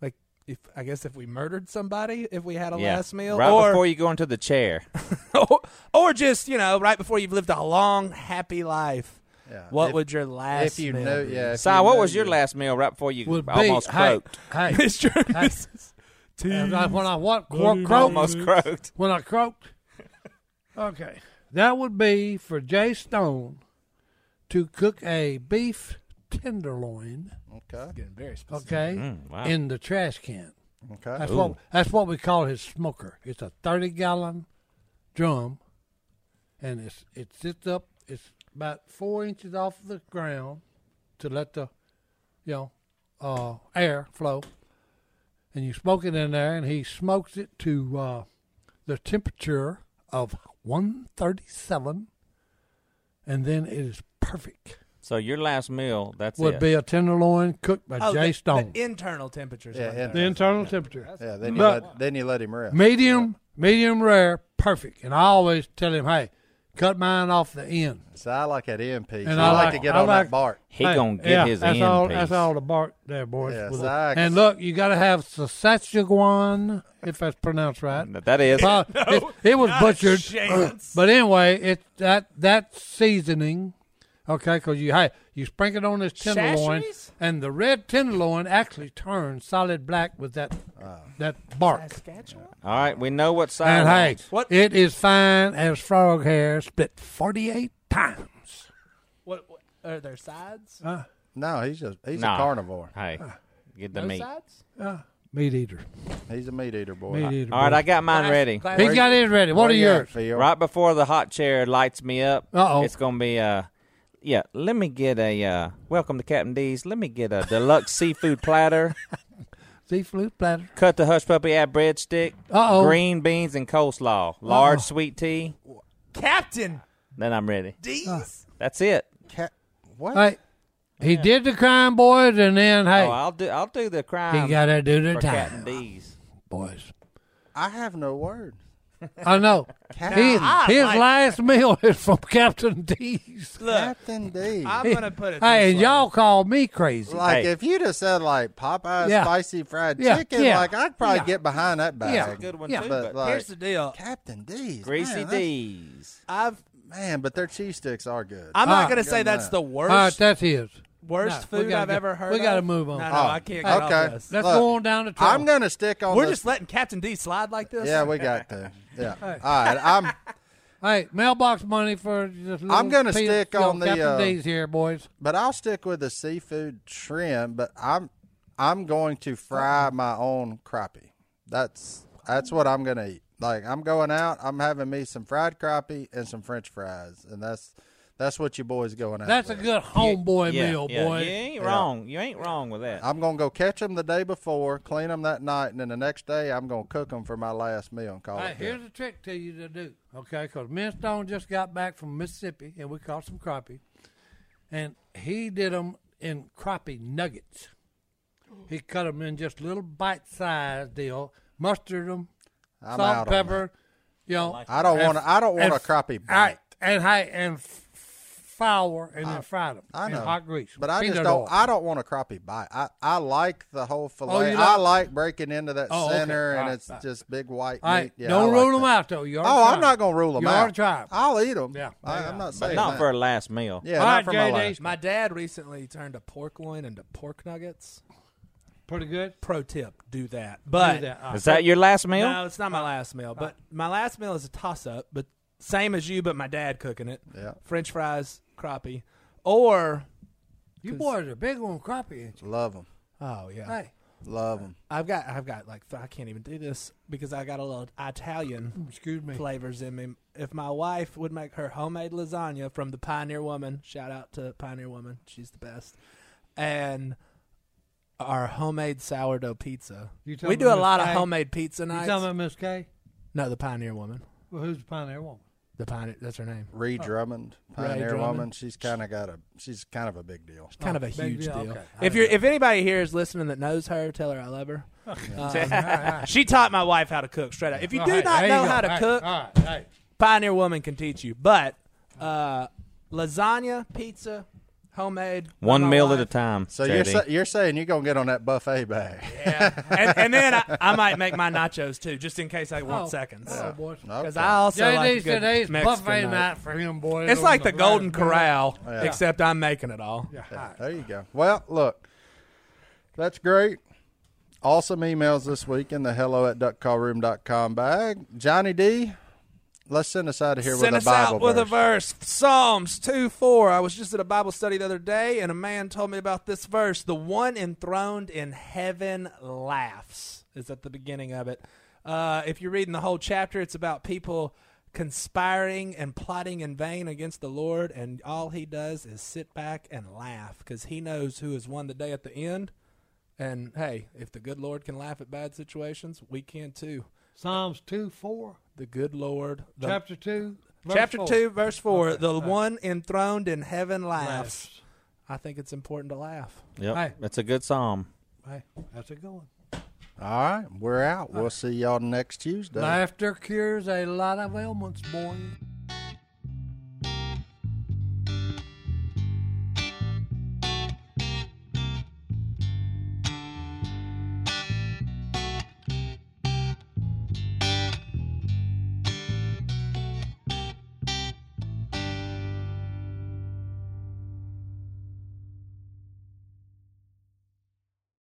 [SPEAKER 4] like if I guess if we murdered somebody, if we had a
[SPEAKER 3] yeah.
[SPEAKER 4] last meal,
[SPEAKER 3] right
[SPEAKER 4] or
[SPEAKER 3] before you go into the chair.
[SPEAKER 4] or, or just you know right before you've lived a long happy life.
[SPEAKER 1] Yeah.
[SPEAKER 4] What
[SPEAKER 1] If-
[SPEAKER 4] would your last
[SPEAKER 1] If you
[SPEAKER 4] meal
[SPEAKER 1] knew,
[SPEAKER 4] be?
[SPEAKER 1] yeah. if
[SPEAKER 3] Si,
[SPEAKER 1] you
[SPEAKER 3] what
[SPEAKER 1] knew
[SPEAKER 3] was your
[SPEAKER 1] you-
[SPEAKER 3] last meal right before you
[SPEAKER 2] would be
[SPEAKER 3] almost
[SPEAKER 2] hey,
[SPEAKER 3] croaked?
[SPEAKER 2] hey,
[SPEAKER 4] Mr. and
[SPEAKER 2] Hey.
[SPEAKER 4] Mrs. T.
[SPEAKER 2] And I- when I what
[SPEAKER 4] you
[SPEAKER 2] croaked,
[SPEAKER 3] Almost croaked.
[SPEAKER 2] when I croaked. Okay, that would be for Jay Stone to cook a beef tenderloin.
[SPEAKER 1] Okay.
[SPEAKER 4] Getting very specific.
[SPEAKER 2] Okay,
[SPEAKER 3] Mm, wow.
[SPEAKER 2] in the trash can.
[SPEAKER 1] Okay.
[SPEAKER 2] That's what that's what we call his smoker. It's a thirty gallon drum, and it's it sits up. It's about four inches off of the ground to let the you know uh, air flow, and you smoke it in there. And he smokes it to uh, the temperature of one thirty seven, and then it is perfect.
[SPEAKER 3] So your last meal, that's
[SPEAKER 2] Would
[SPEAKER 3] it.
[SPEAKER 2] be a tenderloin cooked by
[SPEAKER 4] Oh, the-
[SPEAKER 2] Jay Stone.
[SPEAKER 4] The internal temperatures.
[SPEAKER 1] Yeah,
[SPEAKER 4] right
[SPEAKER 1] in-
[SPEAKER 2] the
[SPEAKER 4] there.
[SPEAKER 2] internal temperature.
[SPEAKER 1] Yeah, then you
[SPEAKER 2] But-
[SPEAKER 1] let then you let him rest.
[SPEAKER 2] Medium, medium rare, perfect. And I always tell him, hey, cut mine off the end.
[SPEAKER 1] So I like that end piece.
[SPEAKER 2] And
[SPEAKER 1] I,
[SPEAKER 2] I
[SPEAKER 1] like,
[SPEAKER 2] like-
[SPEAKER 1] to get
[SPEAKER 2] I
[SPEAKER 1] on
[SPEAKER 2] like-
[SPEAKER 1] that bark.
[SPEAKER 3] he
[SPEAKER 2] Hey,
[SPEAKER 3] gonna get
[SPEAKER 2] yeah,
[SPEAKER 3] his
[SPEAKER 2] that's
[SPEAKER 3] end
[SPEAKER 2] all,
[SPEAKER 3] piece.
[SPEAKER 2] That's all the bark there, boys.
[SPEAKER 1] Yes,
[SPEAKER 2] With a-
[SPEAKER 1] I-
[SPEAKER 2] and look, you got to have Saskatchewan, if that's pronounced right.
[SPEAKER 3] That- that is.
[SPEAKER 2] Uh, it, it was
[SPEAKER 4] not a
[SPEAKER 2] butchered,
[SPEAKER 4] chance.
[SPEAKER 2] uh, but anyway, it that that seasoning, okay? Because you hey, you sprinkle it on this tenderloin,
[SPEAKER 4] Sashes?
[SPEAKER 2] and the red tenderloin actually turns solid black with that
[SPEAKER 1] Ah.
[SPEAKER 2] that bark.
[SPEAKER 4] Saskatchewan?
[SPEAKER 3] All right, we know what side.
[SPEAKER 2] And hey,
[SPEAKER 4] What-
[SPEAKER 2] it is fine as frog hair split 48 times. Uh,
[SPEAKER 4] What, what are there
[SPEAKER 3] Uh,
[SPEAKER 4] sides?
[SPEAKER 1] No, he's just he's
[SPEAKER 3] Nah.
[SPEAKER 1] a carnivore.
[SPEAKER 3] Hey, get the
[SPEAKER 4] no
[SPEAKER 3] meat.
[SPEAKER 4] sides?
[SPEAKER 2] uh, Meat eater.
[SPEAKER 1] He's a meat eater boy.
[SPEAKER 2] Meat eater.
[SPEAKER 3] All right,
[SPEAKER 2] boy.
[SPEAKER 3] I got mine
[SPEAKER 4] Glass-
[SPEAKER 3] ready.
[SPEAKER 4] glass-
[SPEAKER 2] He's got his ready. What are
[SPEAKER 1] Where you at,
[SPEAKER 2] yours?
[SPEAKER 1] Phil?
[SPEAKER 3] Right before the hot chair lights me up,
[SPEAKER 2] Uh-oh.
[SPEAKER 3] it's gonna be uh yeah. Let me get a uh, welcome to Captain D's. Let me get a deluxe seafood platter.
[SPEAKER 2] Seafood platter.
[SPEAKER 3] Cut the hush puppy, add breadstick,
[SPEAKER 2] Uh-oh.
[SPEAKER 3] green beans and coleslaw, large sweet tea.
[SPEAKER 2] Uh,
[SPEAKER 4] Captain
[SPEAKER 3] Then I'm ready.
[SPEAKER 4] D's?
[SPEAKER 3] That's it.
[SPEAKER 1] Cat, what?
[SPEAKER 2] Hey, he did the crime, boys, and then, hey,
[SPEAKER 3] Oh, I'll do. I'll do the crime.
[SPEAKER 2] he got to do the
[SPEAKER 3] for
[SPEAKER 2] time,
[SPEAKER 3] Captain D's.
[SPEAKER 2] boys.
[SPEAKER 1] I have no word.
[SPEAKER 2] I know. He- his last meal is from Captain D's.
[SPEAKER 4] Look,
[SPEAKER 1] Captain D.
[SPEAKER 4] I'm going to put it
[SPEAKER 2] Hey,
[SPEAKER 4] this
[SPEAKER 2] and
[SPEAKER 4] way.
[SPEAKER 2] y'all call me crazy.
[SPEAKER 1] like
[SPEAKER 3] Hey.
[SPEAKER 1] if you'd have said like Popeye's
[SPEAKER 2] Yeah.
[SPEAKER 1] spicy fried
[SPEAKER 2] Yeah,
[SPEAKER 1] chicken,
[SPEAKER 2] yeah,
[SPEAKER 1] like I'd probably
[SPEAKER 2] yeah.
[SPEAKER 1] get behind that bag.
[SPEAKER 2] Yeah. That's a
[SPEAKER 3] Good one
[SPEAKER 2] Yeah.
[SPEAKER 3] too.
[SPEAKER 1] But
[SPEAKER 3] But
[SPEAKER 1] like
[SPEAKER 4] Here's the deal.
[SPEAKER 1] Captain D's,
[SPEAKER 3] greasy
[SPEAKER 1] man, that's-
[SPEAKER 3] D's.
[SPEAKER 4] I've
[SPEAKER 1] Man, but their cheese sticks are good.
[SPEAKER 4] I'm
[SPEAKER 2] Ah.
[SPEAKER 4] not going to say
[SPEAKER 1] Good
[SPEAKER 4] that's
[SPEAKER 1] enough.
[SPEAKER 4] the
[SPEAKER 2] All
[SPEAKER 4] worst
[SPEAKER 2] right, that's his.
[SPEAKER 4] worst
[SPEAKER 2] No, we
[SPEAKER 4] food
[SPEAKER 2] gotta
[SPEAKER 4] I've
[SPEAKER 2] get-
[SPEAKER 4] ever heard.
[SPEAKER 2] we gotta
[SPEAKER 4] of.
[SPEAKER 2] move on.
[SPEAKER 4] No, no,
[SPEAKER 1] Oh,
[SPEAKER 4] I can't. Get
[SPEAKER 1] okay.
[SPEAKER 4] Off this.
[SPEAKER 2] Let's
[SPEAKER 1] Look,
[SPEAKER 2] go on down the trail.
[SPEAKER 1] I'm gonna stick on.
[SPEAKER 4] We're
[SPEAKER 1] this-
[SPEAKER 4] just letting Captain D slide like this.
[SPEAKER 1] Yeah, we got to. Yeah. All right. I'm.
[SPEAKER 2] Hey, mailbox money for just.
[SPEAKER 1] I'm gonna
[SPEAKER 2] little
[SPEAKER 1] stick
[SPEAKER 2] yo,
[SPEAKER 1] on the,
[SPEAKER 2] Captain
[SPEAKER 1] uh,
[SPEAKER 2] D's here, boys.
[SPEAKER 1] But I'll stick with the seafood trim. But I'm. I'm going to fry my own crappie. That's that's what I'm gonna eat. Like I'm going out. I'm having me some fried crappie and some French fries, and that's that's what you boys going out.
[SPEAKER 2] That's a
[SPEAKER 1] with.
[SPEAKER 2] good homeboy
[SPEAKER 3] yeah,
[SPEAKER 2] meal,
[SPEAKER 3] yeah.
[SPEAKER 2] boy.
[SPEAKER 3] You ain't wrong. You ain't wrong with that.
[SPEAKER 1] I'm gonna go catch them the day before, clean them that night, and then the next day I'm gonna cook them for my last meal and call
[SPEAKER 2] All right,
[SPEAKER 1] it. good.
[SPEAKER 2] here's a trick to you to do, okay? Because Men Stone just got back from Mississippi, and we caught some crappie, and he did them in crappie nuggets. He cut them in just little bite-sized deal, mustard them,
[SPEAKER 1] I'm out
[SPEAKER 2] salt,
[SPEAKER 1] on
[SPEAKER 2] pepper, you know.
[SPEAKER 1] I don't want. I don't want
[SPEAKER 2] and
[SPEAKER 1] a
[SPEAKER 2] f-
[SPEAKER 1] crappie
[SPEAKER 2] all
[SPEAKER 1] bite.
[SPEAKER 2] right, and hey, and f- flour, and then fried them
[SPEAKER 1] I know.
[SPEAKER 2] in hot grease.
[SPEAKER 1] But I just
[SPEAKER 2] peanut
[SPEAKER 1] don't.
[SPEAKER 2] oil.
[SPEAKER 1] I don't want a crappie bite. I, I like the whole fillet.
[SPEAKER 2] Oh, you
[SPEAKER 1] I
[SPEAKER 2] like-
[SPEAKER 1] like breaking into that
[SPEAKER 2] Oh, okay.
[SPEAKER 1] center, and
[SPEAKER 2] Alright,
[SPEAKER 1] it's
[SPEAKER 2] alright.
[SPEAKER 1] just big white
[SPEAKER 2] All right,
[SPEAKER 1] meat. Yeah,
[SPEAKER 2] don't
[SPEAKER 1] I
[SPEAKER 2] rule
[SPEAKER 1] like
[SPEAKER 2] them
[SPEAKER 1] that.
[SPEAKER 2] out though. You already
[SPEAKER 1] Oh,
[SPEAKER 2] tried
[SPEAKER 1] I'm
[SPEAKER 2] 'em.
[SPEAKER 1] not gonna rule them
[SPEAKER 2] You
[SPEAKER 1] out.
[SPEAKER 2] already tried 'em.
[SPEAKER 1] I'll eat them.
[SPEAKER 2] Yeah.
[SPEAKER 1] I, am not saying
[SPEAKER 3] Not
[SPEAKER 1] that.
[SPEAKER 3] for a last meal.
[SPEAKER 1] yeah,
[SPEAKER 2] All
[SPEAKER 1] not
[SPEAKER 2] right,
[SPEAKER 1] for my
[SPEAKER 2] JD.
[SPEAKER 1] last.
[SPEAKER 4] My dad recently turned a pork loin into pork nuggets.
[SPEAKER 2] pretty good.
[SPEAKER 4] Pro tip: do that. But
[SPEAKER 2] Do that. All
[SPEAKER 3] Is
[SPEAKER 2] right.
[SPEAKER 3] that your last meal?
[SPEAKER 4] no, it's not my last meal. But my last meal is a toss-up. But same as you, but my dad cooking it.
[SPEAKER 1] Yeah.
[SPEAKER 4] French fries, crappie, or
[SPEAKER 2] you boys are big on crappie, ain't you?
[SPEAKER 1] Love them.
[SPEAKER 4] oh yeah,
[SPEAKER 2] Hey,
[SPEAKER 1] Love them.
[SPEAKER 4] I've got I've got like th- I can't even do this because I got a little Italian
[SPEAKER 2] excuse me.
[SPEAKER 4] flavors in me. If my wife would make her homemade lasagna from the Pioneer Woman, shout out to Pioneer Woman, she's the best, and our homemade sourdough pizza.
[SPEAKER 2] You
[SPEAKER 4] We
[SPEAKER 2] talking
[SPEAKER 4] do a
[SPEAKER 2] about
[SPEAKER 4] lot of
[SPEAKER 2] Miss Kay?
[SPEAKER 4] homemade pizza
[SPEAKER 2] You
[SPEAKER 4] nights.
[SPEAKER 2] talking about Miss K?
[SPEAKER 4] no, the Pioneer Woman,
[SPEAKER 2] Well, who's the pioneer woman?
[SPEAKER 4] the Pioneer. That's her name.
[SPEAKER 1] Ree Drummond, pioneer
[SPEAKER 4] Drummond.
[SPEAKER 1] woman. She's kind of got a. She's kind of a big deal.
[SPEAKER 4] Kind
[SPEAKER 2] Oh,
[SPEAKER 4] of a
[SPEAKER 2] big
[SPEAKER 4] huge
[SPEAKER 2] deal.
[SPEAKER 4] deal.
[SPEAKER 2] Okay.
[SPEAKER 4] If you're if anybody here is listening that knows her, tell her I love her. Um, she taught my wife how to cook straight up. If you
[SPEAKER 2] All
[SPEAKER 4] do
[SPEAKER 2] right,
[SPEAKER 4] not
[SPEAKER 2] Oh, there you
[SPEAKER 4] know
[SPEAKER 2] go.
[SPEAKER 4] how to
[SPEAKER 2] All right,
[SPEAKER 4] cook,
[SPEAKER 2] all right, all right.
[SPEAKER 4] Pioneer Woman can teach you. But uh, lasagna, pizza, homemade. by
[SPEAKER 3] One
[SPEAKER 4] my
[SPEAKER 3] meal
[SPEAKER 4] wife.
[SPEAKER 3] at a time.
[SPEAKER 1] So
[SPEAKER 3] JD.
[SPEAKER 1] you're sa- you're saying you're gonna get on that buffet bag?
[SPEAKER 4] Yeah. and, and then I, I might make my nachos too, just in case I want
[SPEAKER 2] Oh.
[SPEAKER 4] seconds.
[SPEAKER 2] Oh, boys.
[SPEAKER 4] Because
[SPEAKER 1] Okay.
[SPEAKER 4] I also
[SPEAKER 2] JD
[SPEAKER 4] like a good
[SPEAKER 2] said hey, it's
[SPEAKER 4] Mexican
[SPEAKER 2] buffet night.
[SPEAKER 4] night.
[SPEAKER 2] for him, boys.
[SPEAKER 4] It's
[SPEAKER 2] on
[SPEAKER 4] like the
[SPEAKER 2] right
[SPEAKER 4] Golden
[SPEAKER 2] of
[SPEAKER 4] Corral,
[SPEAKER 1] Yeah.
[SPEAKER 4] except I'm making it all.
[SPEAKER 2] Yeah, all right.
[SPEAKER 1] There you go. Well, look, that's great. Awesome emails this week in the hello at duckcallroom.com bag. Johnny D, let's send us out of here
[SPEAKER 4] Send
[SPEAKER 1] with
[SPEAKER 4] us
[SPEAKER 1] a Bible
[SPEAKER 4] out with a
[SPEAKER 1] verse.
[SPEAKER 4] verse. Psalms 2 4. I was just at a Bible study the other day, and a man told me about this verse. The one enthroned in heaven laughs, is at the beginning of it. Uh, if you're reading the whole chapter, it's about people conspiring and plotting in vain against the Lord, and all he does is sit back and laugh because he knows who has won the day at the end. And hey, if the good Lord can laugh at bad situations, we can too.
[SPEAKER 2] Psalms 2 4,
[SPEAKER 4] The good Lord, the
[SPEAKER 2] chapter 2. verse
[SPEAKER 4] Chapter
[SPEAKER 2] 4.
[SPEAKER 4] 2, verse 4.
[SPEAKER 2] Okay,
[SPEAKER 4] The
[SPEAKER 2] all right.
[SPEAKER 4] one enthroned in heaven laughs.
[SPEAKER 2] Laughs.
[SPEAKER 4] I think it's important to laugh.
[SPEAKER 3] Yep,
[SPEAKER 2] Hey.
[SPEAKER 3] that's a good psalm.
[SPEAKER 2] Hey, that's a good one.
[SPEAKER 1] All right, we're out. We'll see y'all next Tuesday.
[SPEAKER 2] Laughter cures a lot of ailments, boys.